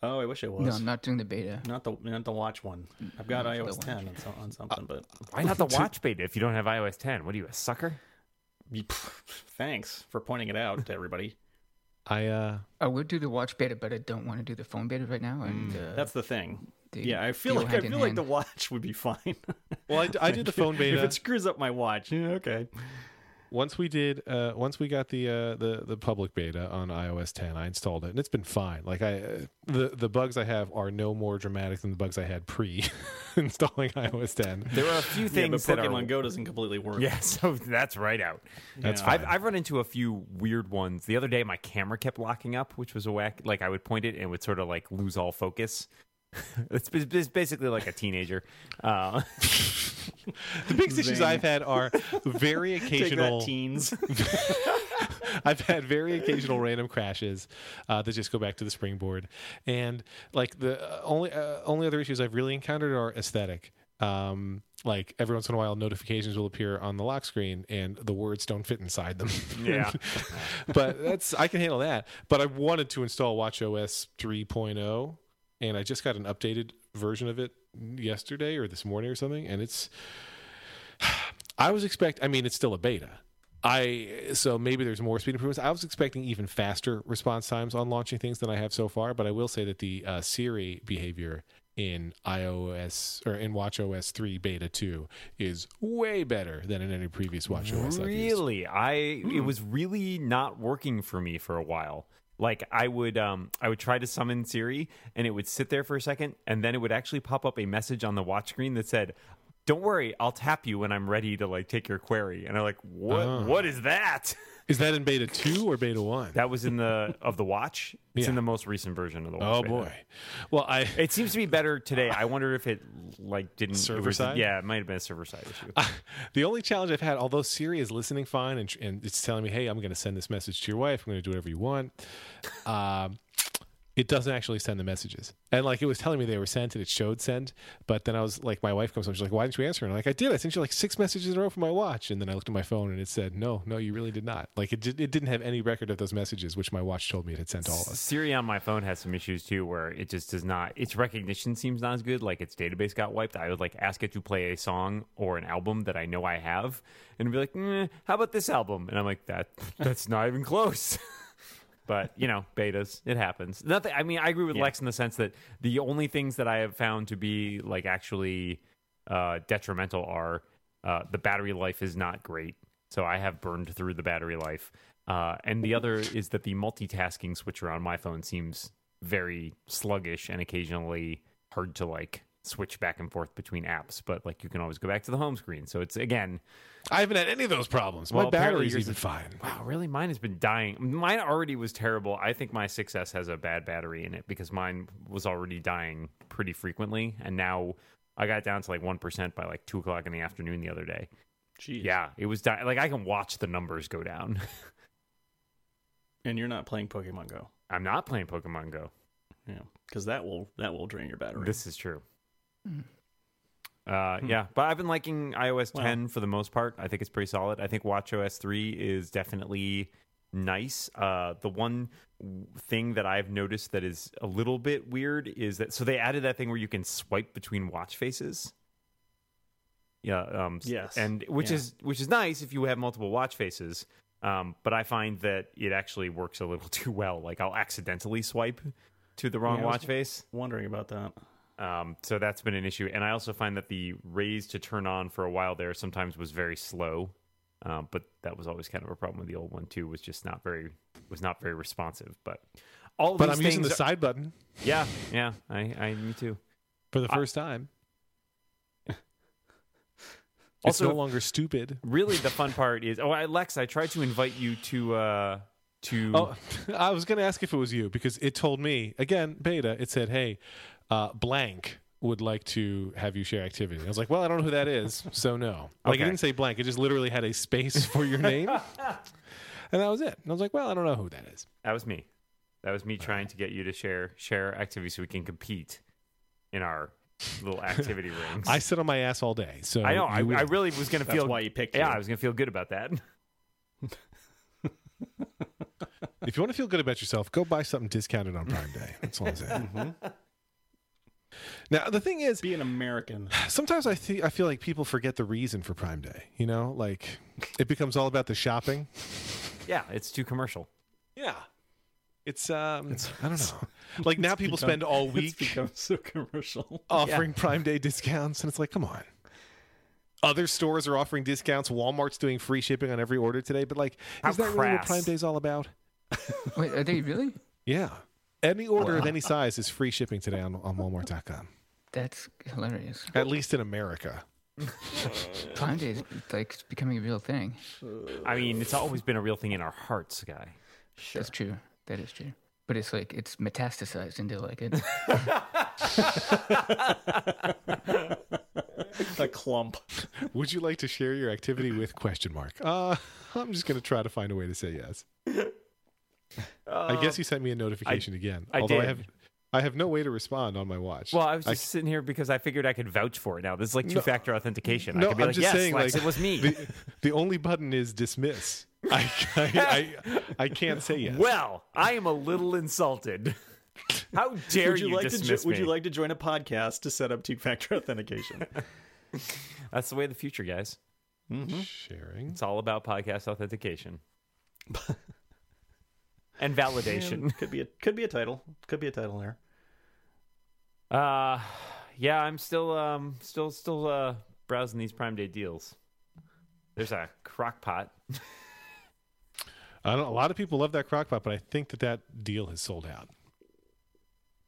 S2: Oh, I wish it was.
S4: No, I'm not doing the beta.
S2: Not the not the watch one. I've got
S4: Not the
S2: iOS
S4: watch.
S2: 10 on, so, on something, but
S3: Why not the watch beta if you don't have iOS 10? What are you, a sucker?
S2: You- pff, thanks for pointing it out to everybody.
S1: I uh,
S4: I would do the watch beta, but I don't want to do the phone beta right now. And uh,
S2: Mm, That's the thing.
S4: they
S2: yeah, I feel
S4: go
S2: like I
S4: hand in
S2: feel like
S4: hand.
S2: the watch would be fine.
S1: well, I, d- I did the phone beta.
S2: if it screws up my watch, yeah, okay.
S1: once we did uh once we got the uh the the public beta on ios 10 i installed it and it's been fine like i uh, the the bugs i have are no more dramatic than the bugs i had pre installing ios 10
S3: There are a few
S2: Yeah, but
S3: things that
S2: Pokemon
S3: are
S2: Go doesn't completely work.
S3: yeah, so that's right out.
S1: that's
S2: Yeah.
S1: fine
S3: I've, I've run into a few weird ones. The other day, my camera kept locking up, which was a whack. Like I would point it and it would sort of like lose all focus. it's, bas- it's basically like a teenager. Uh,
S1: the biggest issues i've had are very
S2: Take that,
S1: occasional
S2: teens.
S1: I've had very occasional random crashes uh, that just go back to the springboard, and like the uh, only uh, only other issues I've really encountered are aesthetic. Um, like every once in a while, notifications will appear on the lock screen, and the words don't fit inside them.
S3: Yeah.
S1: but that's I can handle that. But I wanted to install WatchOS 3.0, oh, and I just got an updated version of it yesterday or this morning or something, and it's. I was expect. I mean, it's still a beta. I so maybe there's more speed improvements. I was expecting even faster response times on launching things than I have so far, but I will say that the uh, Siri behavior in iOS or in WatchOS 3 beta 2 is way better than in any previous WatchOS. I've used.
S3: really i it was really not working for me for a while like i would um i would try to summon siri and it would sit there for a second and then it would actually pop up a message on the watch screen that said don't worry i'll tap you when i'm ready to like take your query and i'm like what
S1: Oh.
S3: what is that
S1: Is that in beta 2 or beta 1?
S3: that was in the of the watch it's
S1: Yeah.
S3: in the most recent version of the watch
S1: Oh
S3: beta.
S1: boy. Well, I
S3: it seems to be better today i wonder if it like didn't it was-
S1: Server side?
S3: yeah it might have been a server side issue
S1: the only challenge I've had, although Siri is listening fine and, and it's telling me, "Hey, I'm going to send this message to your wife. I'm going to do whatever you want," um, it doesn't actually send the messages. And like it was telling me they were sent and it showed send, but then I was like, my wife comes home, she's like, "Why didn't you answer?" And I'm like, "I did. I sent you like six messages in a row from my watch." And then I looked at my phone and it said, "No, no, you really did not." Like it did, it didn't have any record of those messages, which my watch told me it had sent all of. us.
S3: Siri on my phone has some issues too, where it just does not. Its recognition seems not as good. Like its database got wiped. I would like ask it to play a song or an album that I know I have, and it'd be like, "Mm, "How about this album?" And I'm like, "That that's not even close." but you know, betas, it happens. Nothing. I mean, I agree with Lex in the sense that the only things that I have found to be like actually uh, detrimental are uh, the battery life is not great. So I have burned through the battery life. Uh, and the other is that the multitasking switcher on my phone seems very sluggish and occasionally hard to like switch back and forth between apps. But like you can always go back to the home screen. So it's again,
S1: I haven't had any of those problems.
S3: Well,
S1: my
S3: apparently
S1: battery's
S3: yours
S1: even
S3: is-
S1: fine.
S3: wow, really? Mine has been dying. Mine already was terrible. I think my 6S has a bad battery in it because mine was already dying pretty frequently. And now I got down to like 1% by like 2 o'clock in the afternoon the other day.
S2: Jeez.
S3: Yeah, it was di- like I can watch the numbers go down.
S2: And you're not playing Pokemon Go.
S3: I'm not playing Pokemon Go.
S2: Yeah. Because that will that will drain your battery. Hmm.
S3: This is true.
S4: Hmm.
S3: Uh, Yeah, but I've been liking iOS
S2: Wow.
S3: 10 for the most part. I think it's pretty solid. I think WatchOS 3 is definitely nice. Uh, the one w- thing that I've noticed that is a little bit weird is that so they added that thing where you can swipe between watch faces. Yeah. Um, s-
S2: Yes.
S3: And which
S2: Yeah.
S3: is which is nice if you have multiple watch faces. Um, but I find that it actually works a little too well. Like I'll accidentally swipe to the wrong
S2: Yeah, I was-
S3: watch face.
S2: Wondering about that.
S3: Um, so that's been an issue, and I also find that the raise to turn on for a while there sometimes was very slow, um, but that was always kind of a problem with the old one too. Was just not very was not very responsive. But all
S1: But
S3: these
S1: I'm using the
S3: things, are-
S1: side button
S3: yeah, yeah, I, I, me too.
S1: for the
S3: I-
S1: first time. it's
S3: Also-
S1: no longer stupid.
S3: Really, the fun part is oh, I, Lex, I tried to invite you to uh to
S1: Oh, I was going to ask if it was you because it told me again, beta. It said, "Hey, uh, blank would like to have you share activity." I was like, "Well, I don't know who that is, so no." Like it
S3: Okay.
S1: didn't say blank; it just literally had a space for your name, and that was it. And I was like, "Well, I don't know who that is."
S3: that was me, that was me trying to get you to share share activity so we can compete in our little activity rings.
S1: I sit on my ass all day, so
S3: I know. I,
S1: you
S3: I
S1: win.
S3: really was gonna
S2: That's
S3: feel
S2: why you picked
S3: yeah, I
S2: you.
S3: was gonna feel good about that.
S1: if you want to feel good about yourself, go buy something discounted on Prime Day. That's all I'm saying. Now the thing is,
S2: Be an American.
S1: sometimes I think I feel like people forget the reason for Prime Day. You know, like it becomes all about the shopping.
S3: Yeah, it's too commercial.
S1: Yeah. It's um, I don't know. Like now, people spend all
S2: It's
S1: week
S2: become so commercial.
S1: offering Prime Day discounts, and it's like, come on. Other stores are offering discounts. Walmart's doing free shipping on every order today, but like,
S3: How
S1: is that really what
S3: crass.
S1: Prime Day's all about?
S4: Wait, are they really?
S1: Yeah, any order of any size is free shipping today on, on Walmart.com.
S4: That's hilarious.
S1: At least in America.
S4: Prime Day is like it's becoming a real thing.
S3: I mean, it's always been a real thing in our hearts, guy.
S4: That's true. That is true. But it's like it's metastasized into like it.
S2: A clump.
S1: Would you like to share your activity with question mark? Uh, I'm just gonna try to find a way to say yes.
S2: Uh,
S1: I guess you sent me a notification again.
S3: I
S1: although I
S3: did.
S1: have, I have no way to respond on my watch.
S3: Well, I was just sitting here because I figured I could vouch for it. Now this is like two-factor authentication.
S1: No,
S3: I could be
S1: I'm
S3: like,
S1: just
S3: "Yes,
S1: saying,
S3: Lex,
S1: like,
S3: it was me."
S1: The, the only button is dismiss. I, I, I, I can't say yes.
S3: Well, I am a little insulted. How dare
S2: Would you, like to jo-
S3: dismiss
S2: would
S3: me?
S2: you like to join a podcast to set up two-factor authentication?
S3: That's the way of the future, guys.
S1: Sharing.
S3: It's all about podcast authentication and validation.
S2: could be a could be a title. Could be a title there.
S3: Uh, yeah, I'm still um still still uh browsing these Prime Day deals. There's a crock pot.
S1: I don't, a lot of people love that crockpot, but I think that that deal has sold out.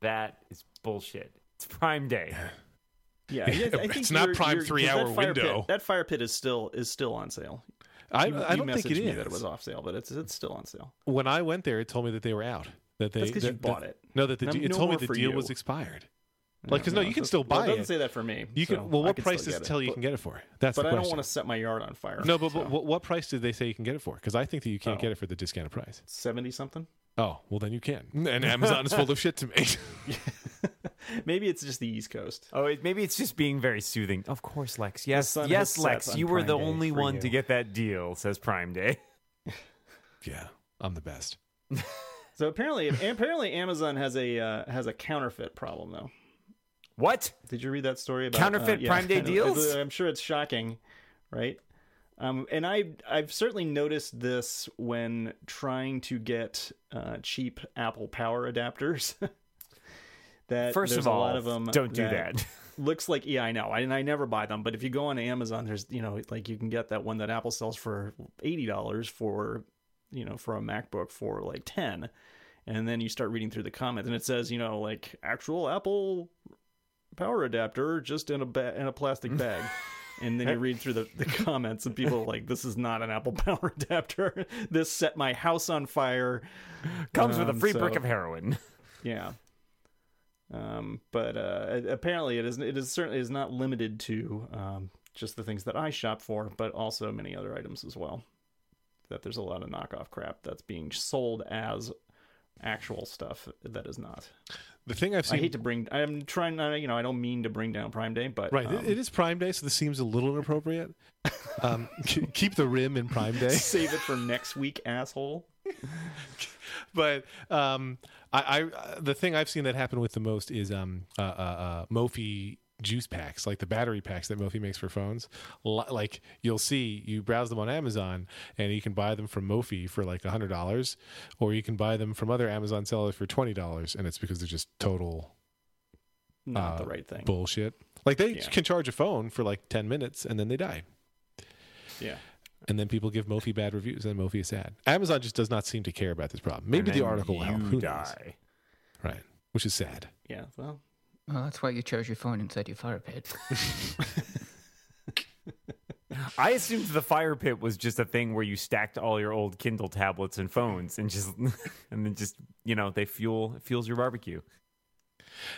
S3: That is bullshit. It's Prime Day.
S2: Yeah, I- I
S1: It's
S2: think
S1: not
S2: your-
S1: prime
S2: your- 'cause
S1: three-hour
S2: that fire pit-
S1: window.
S2: that fire pit is still is still on sale.
S1: I,
S2: You-
S1: I
S2: you
S1: don't think
S2: messaged
S1: it
S2: me
S1: is.
S2: that it was off sale, but it's it's still on sale.
S1: When I went there, it told me that they were out. That they
S2: That's 'cause you
S1: that-
S2: bought
S1: that-
S2: it.
S1: No, that the
S2: No-
S1: de- it
S2: no
S1: told me
S2: more
S1: the
S2: for
S1: deal
S2: you.
S1: was expired. Like, 'cause no, you can
S2: that's-
S1: still buy
S2: well, Doesn't
S1: it.
S2: say that for me.
S1: You
S2: so
S1: can. Well,
S2: I
S1: what
S2: can
S1: price
S2: still
S1: does
S2: get
S1: it tell you you
S2: But-
S1: can get it for? That's
S2: But
S1: the
S2: I
S1: question.
S2: don't want to set my yard on fire.
S1: No, but,
S2: so.
S1: but what, what price did they say you can get it for? Because I think that you can't
S2: Oh.
S1: get it for the discounted price.
S2: seventy something.
S1: Oh, well then you can. And Amazon is full of shit to me.
S2: Maybe it's just the East Coast.
S3: Oh, it, maybe it's just being very soothing. Of course, Lex. Yes,
S2: sun has
S3: yes,
S2: set
S3: Lex.
S2: on
S3: You were
S2: Prime
S3: the
S2: Day
S3: only
S2: for
S3: one to
S2: you.
S3: get that deal. Says Prime Day.
S1: yeah, I'm the best.
S2: So apparently, apparently Amazon has a uh, has a counterfeit problem though.
S3: What?
S2: Did you read that story about uh,
S3: Counterfeit Prime Day
S2: I know.
S3: deals?
S2: I'm sure it's shocking, right? Um, and I I've certainly noticed this when trying to get uh, cheap Apple Power adapters. that
S3: First
S2: there's
S3: of all,
S2: a lot of them
S3: don't do that.
S2: looks like yeah, I know, I, and I never buy them. But if you go on Amazon, there's you know like you can get that one that Apple sells for eighty dollars for you know for a MacBook for like ten, and then you start reading through the comments and it says you know like actual Apple power adapter just in a ba- in a plastic bag. And then you read through the, the comments, and people are like, "This is not an Apple Power adapter. This set my house on fire."
S3: Comes with a
S2: Um,
S3: free brick
S2: so-
S3: of heroin.
S2: yeah. Um, but uh, a- apparently, it is it is certainly is not limited to um, just the things that I shop for, but also many other items as well. That there's a lot of knockoff crap that's being sold as actual stuff that is not.
S1: The thing I've
S2: I
S1: seen
S2: hate to bring. I'm trying. uh, You know, I don't mean to bring down Prime Day, but
S1: Right. it-
S2: um,
S1: it is Prime Day, so this seems a little inappropriate. Um, k- keep the rim in Prime Day.
S2: save it for next week, asshole.
S1: But um, I, I, uh, the thing I've seen that happen with the most is um, uh, uh, uh, Mophie juice packs, like the battery packs that Mophie makes for phones. Li- Like you'll see, you browse them on Amazon, and you can buy them from Mophie for like hundred dollars, or you can buy them from other Amazon sellers for twenty dollars, and it's because they're just total
S2: Not
S1: Uh,
S2: the right thing.
S1: bullshit. Like they
S2: Yeah.
S1: can charge a phone for like ten minutes, and then they die.
S2: yeah.
S1: and then people give Mophie bad reviews, and Mophie is sad. Amazon just does not seem to care about this problem. Maybe
S3: And
S1: the
S3: then
S1: article will help.
S3: you
S1: Who knows?
S3: die.
S1: Right, which is sad.
S2: Yeah. Well.
S4: Well, that's why you charge your phone inside your fire pit. Uh,
S3: I assumed the fire pit was just a thing where you stacked all your old Kindle tablets and phones, and just and then just you know they fuel it fuels your barbecue.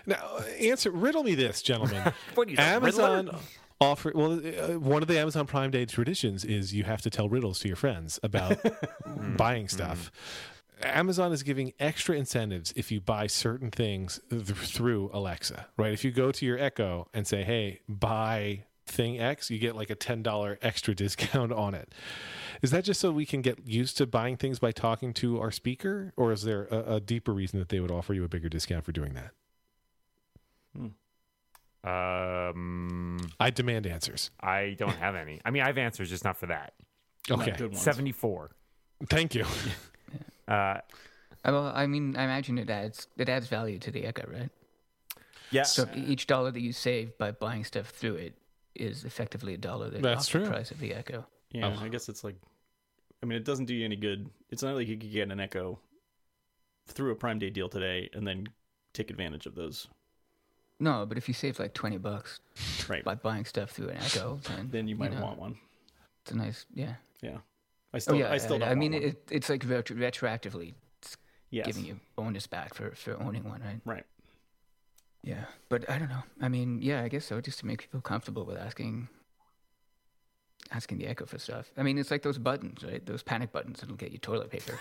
S1: Now, uh, answer riddle me this, gentlemen.
S3: What are you, the
S1: Amazon
S3: Riddler?
S1: offer well, uh, one of the Amazon Prime Day traditions is you have to tell riddles to your friends about buying stuff. Amazon is giving extra incentives if you buy certain things th- through Alexa, right? If you go to your Echo and say, "Hey, buy thing X," you get like a $10 extra discount on it. Is that just so we can get used to buying things by talking to our speaker, or is there a, a deeper reason that they would offer you a bigger discount for doing that?
S3: Um,
S1: I demand answers.
S3: I don't have any. I mean, I have answers, just not for that.
S2: not
S1: Okay.
S2: Good ones.
S3: Seventy four.
S1: Thank you.
S3: Uh,
S4: I- Well, I mean, I imagine it adds it adds value to the Echo, right?
S2: Yeah.
S4: So each dollar that you save by buying stuff through it is effectively a dollar that
S1: That's
S4: off
S1: true.
S4: the price of the Echo.
S2: yeah.
S1: Oh.
S2: I guess it's like, I mean, it doesn't do you any good. It's not like you could get an Echo through a Prime Day deal today and then take advantage of those.
S4: No, but if you save like twenty bucks
S2: Right.
S4: by buying stuff through an Echo, then
S2: then you might
S4: know,
S2: want one.
S4: It's a nice, yeah.
S2: Yeah. I
S4: Oh
S2: still,
S4: yeah,
S2: I still don't
S4: I mean,
S2: want one.
S4: it, it's like retro- retroactively
S2: yes.
S4: giving you bonus back for for owning one, right?
S2: Right.
S4: Yeah, but I don't know. I mean, yeah, I guess so, just to make people comfortable with asking asking the Echo for stuff. I mean, it's like those buttons, right? Those panic buttons that'll get you toilet paper.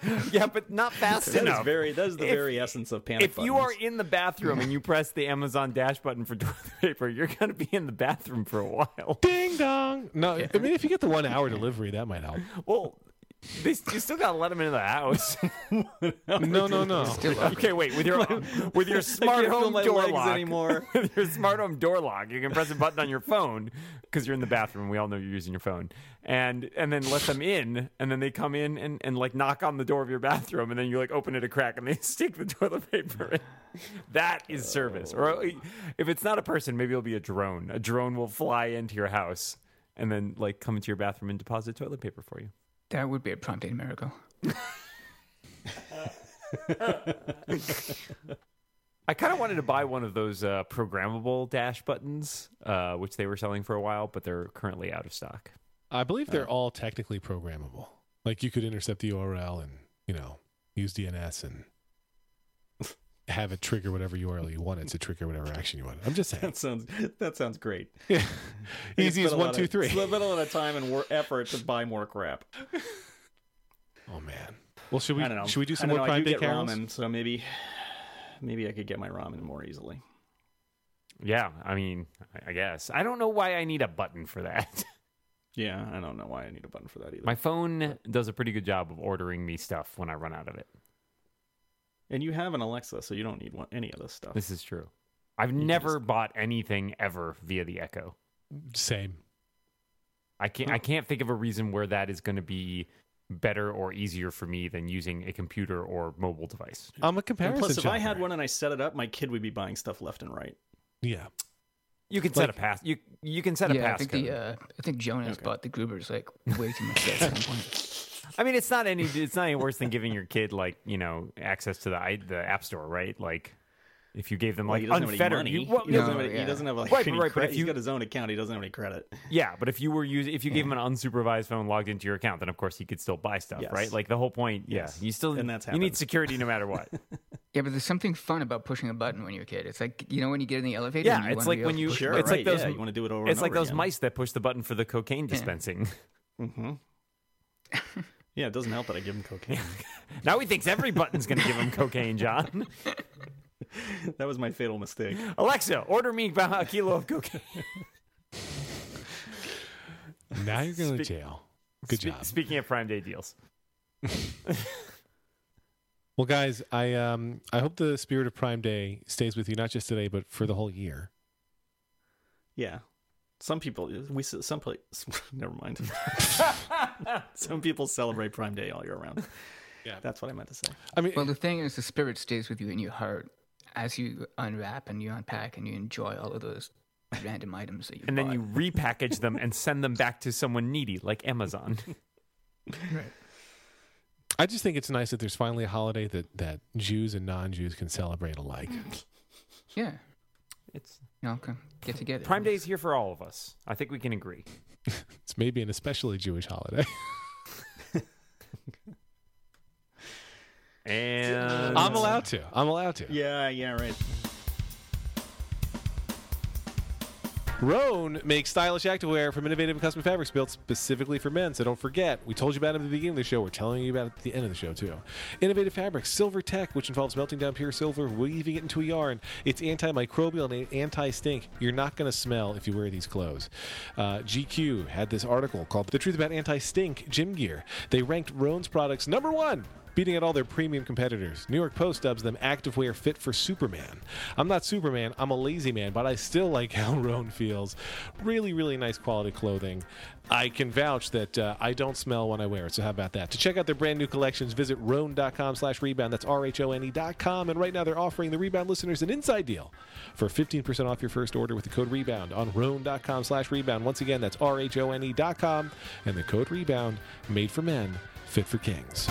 S3: yeah, but not fast
S2: That is
S3: enough.
S2: very, that is the
S3: If-
S2: very essence of panic
S3: if you are
S2: buttons.
S3: in the bathroom and you press the Amazon dash button for toilet paper, you're going to be in the bathroom for a while.
S1: Ding dong. No, I mean if you get the one hour delivery, that might help.
S3: Well, they, you still got to let them into the house.
S1: No, no, no.
S4: Still awkward.
S3: okay, wait. With your with your
S2: I
S3: smart
S2: can't feel
S3: home
S2: my
S3: door
S2: legs
S3: lock
S2: anymore.
S3: with your smart home door lock, you can press a button on your phone because you're in the bathroom. We all know you're using your phone, and and then let them in, and then they come in and and like knock on the door of your bathroom, and then you like open it a crack, and they stick the toilet paper. in. That is service. Or if it's not a person, maybe it'll be a drone. A drone will fly into your house and then like come into your bathroom and deposit toilet paper for you.
S4: That would be a prompt date miracle.
S3: I kind of wanted to buy one of those uh, programmable dash buttons, uh, which they were selling for a while, but they're currently out of stock.
S1: I believe they're all technically programmable. Like you could intercept the URL and you know use DNS and have it trigger whatever URL you want it to trigger whatever action you want. I'm just saying,
S2: That sounds that sounds great.
S1: yeah.
S2: I
S1: easy as
S2: spent a
S1: one,
S2: lot
S1: two,
S2: of-
S1: three.
S2: Spent a lot of time and wor- effort to buy more crap.
S1: Oh man. Well, should we
S2: I don't know.
S1: should we do
S2: I
S1: some
S2: don't
S1: more
S2: know,
S1: Prime
S2: I do
S1: Day
S2: get
S1: carols?
S2: ramen, so maybe maybe I could get my ramen more easily.
S3: Yeah, I mean, I- I guess I don't know why I need a button for that.
S2: Yeah, I don't know why I need a button for that either.
S3: My phone does a pretty good job of ordering me stuff when I run out of it.
S2: and you have an Alexa, so you don't need one, any of this stuff.
S3: This is true. Oh. I've never bought anything ever via the Echo.
S1: Same.
S3: I can't. I can't think of a reason where that is going to be better or easier for me than using a computer or mobile device.
S1: I'm a
S2: and
S1: comparison.
S2: plus, if I had
S1: shopper.
S2: one and I set it up, my kid would be buying stuff left and right.
S1: yeah.
S3: You can set a pass. You you can set a
S4: Yeah, I
S3: pass.
S4: think the uh, I think Jonas bought the Gruber's like way too much at some point.
S3: I mean, it's not any. It's not any worse than giving your kid like you know access to the i- the app store, right? Like if you gave them
S2: Well,
S3: like
S2: he doesn't have any
S3: unfettered,
S2: money.
S3: you- well,
S2: he, doesn't
S4: No,
S2: have any, he
S4: yeah.
S2: doesn't have like
S3: Right,
S2: any
S3: right, but
S2: credit.
S3: if
S2: He's
S3: you-
S2: got his own account. He doesn't have any credit.
S3: Yeah, but if you were using, if you gave him an unsupervised phone logged into your account, then of course he could still buy stuff,
S2: Yes.
S3: right? Like the whole point. Yeah,
S2: Yes.
S3: you still
S2: And that's
S3: you need
S2: happened.
S3: security no matter what.
S4: Yeah, but there's something fun about pushing a button when you're a kid. It's like you know when you get in the elevator.
S3: Yeah,
S4: and you
S3: it's
S4: wanna
S3: like
S4: be able
S3: when
S4: to
S3: you-
S4: push the
S3: Sure,
S4: button.
S3: it's like
S2: yeah,
S3: those-
S2: you want to do it over.
S3: it's
S2: and
S3: like
S2: over
S3: those
S2: again.
S3: mice that push the button for the cocaine dispensing.
S2: Mhm. Mm-hmm. Yeah, it doesn't help that I give him cocaine.
S3: now he thinks every button's going to give him cocaine, John.
S2: that was my fatal mistake.
S3: Alexa, order me a kilo of cocaine.
S1: Now you're going
S3: Speak-
S1: to jail. Good
S3: Spe-
S1: job.
S3: Speaking of Prime Day deals,
S1: Well, guys, I um I hope the spirit of Prime Day stays with you not just today but for the whole year.
S2: Yeah. Some people, we s- some pla- never mind. some people celebrate Prime Day all year round.
S1: Yeah.
S2: that's what I meant to say.
S1: I mean,
S4: Well, the thing is, the spirit stays with you in your heart as you unwrap and you unpack and you enjoy all of those random items that you
S3: and then
S4: bought.
S3: you repackage them and send them back to someone needy, like Amazon.
S1: I just think it's nice that there's finally a holiday that that Jews and non-Jews can celebrate alike.
S4: yeah,
S3: It's
S4: you all come get together.
S3: Prime Day is here for all of us. I think we can agree.
S1: It's maybe an especially Jewish holiday.
S3: And
S1: I'm allowed to. I'm allowed to.
S2: Yeah, yeah, right.
S1: Roan makes stylish activewear from innovative and custom fabrics built specifically for men. So don't forget, we told you about it at the beginning of the show. We're telling you about it at the end of the show, too. Innovative fabrics, silver tech, which involves melting down pure silver, weaving it into a yarn. It's antimicrobial and anti stink. You're not going to smell if you wear these clothes. Uh, GQ had this article called The Truth About Anti Stink Gym Gear. They ranked Roan's products number one beating out all their premium competitors. New York Post dubs them activewear fit for Superman. I'm not Superman, I'm a lazy man, but I still like how Roan feels. Really, really nice quality clothing. I can vouch that uh, I don't smell when I wear it, so how about that? To check out their brand new collections, visit roan.com slash rebound. That's R-H-O-N-E E dot com. And right now they're offering the Rebound listeners an inside deal for 15% off your first order with the code REBOUND on roan.com slash rebound. Once again, that's R-H-O-N-E E dot com and the code REBOUND, made for men, fit for kings.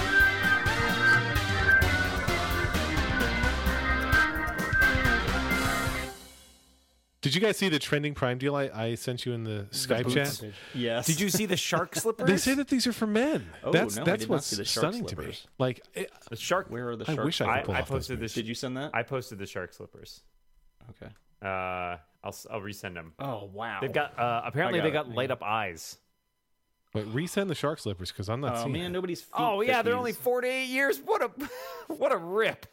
S1: Did you guys see the trending Prime deal I, I sent you in the Skype chat?
S2: Yes.
S3: Did you see the shark slippers?
S1: They say that these are for men.
S2: Oh,
S1: that's
S2: no, I
S1: that's
S2: did not
S1: what's
S2: see the shark
S1: stunning to me.
S2: slippers.
S1: Like, it,
S3: the shark.
S2: Where are the
S1: I
S2: sharks?
S1: wish I
S3: I,
S1: could pull
S3: I
S1: off those
S3: posted the.
S2: Did you send that?
S3: I posted the shark slippers.
S2: Okay.
S3: Uh, I'll s- I'll resend them.
S2: Oh wow.
S3: They've got uh, apparently
S2: I got
S3: they
S2: it.
S3: got
S2: I
S3: light
S2: got
S3: up eyes.
S1: Wait, resend the shark slippers because I'm not
S2: Oh
S1: seeing
S2: man,
S1: it.
S2: nobody's. Feet
S3: Oh yeah,
S2: pick
S3: they're
S2: these.
S3: only forty eight years. What a what a rip.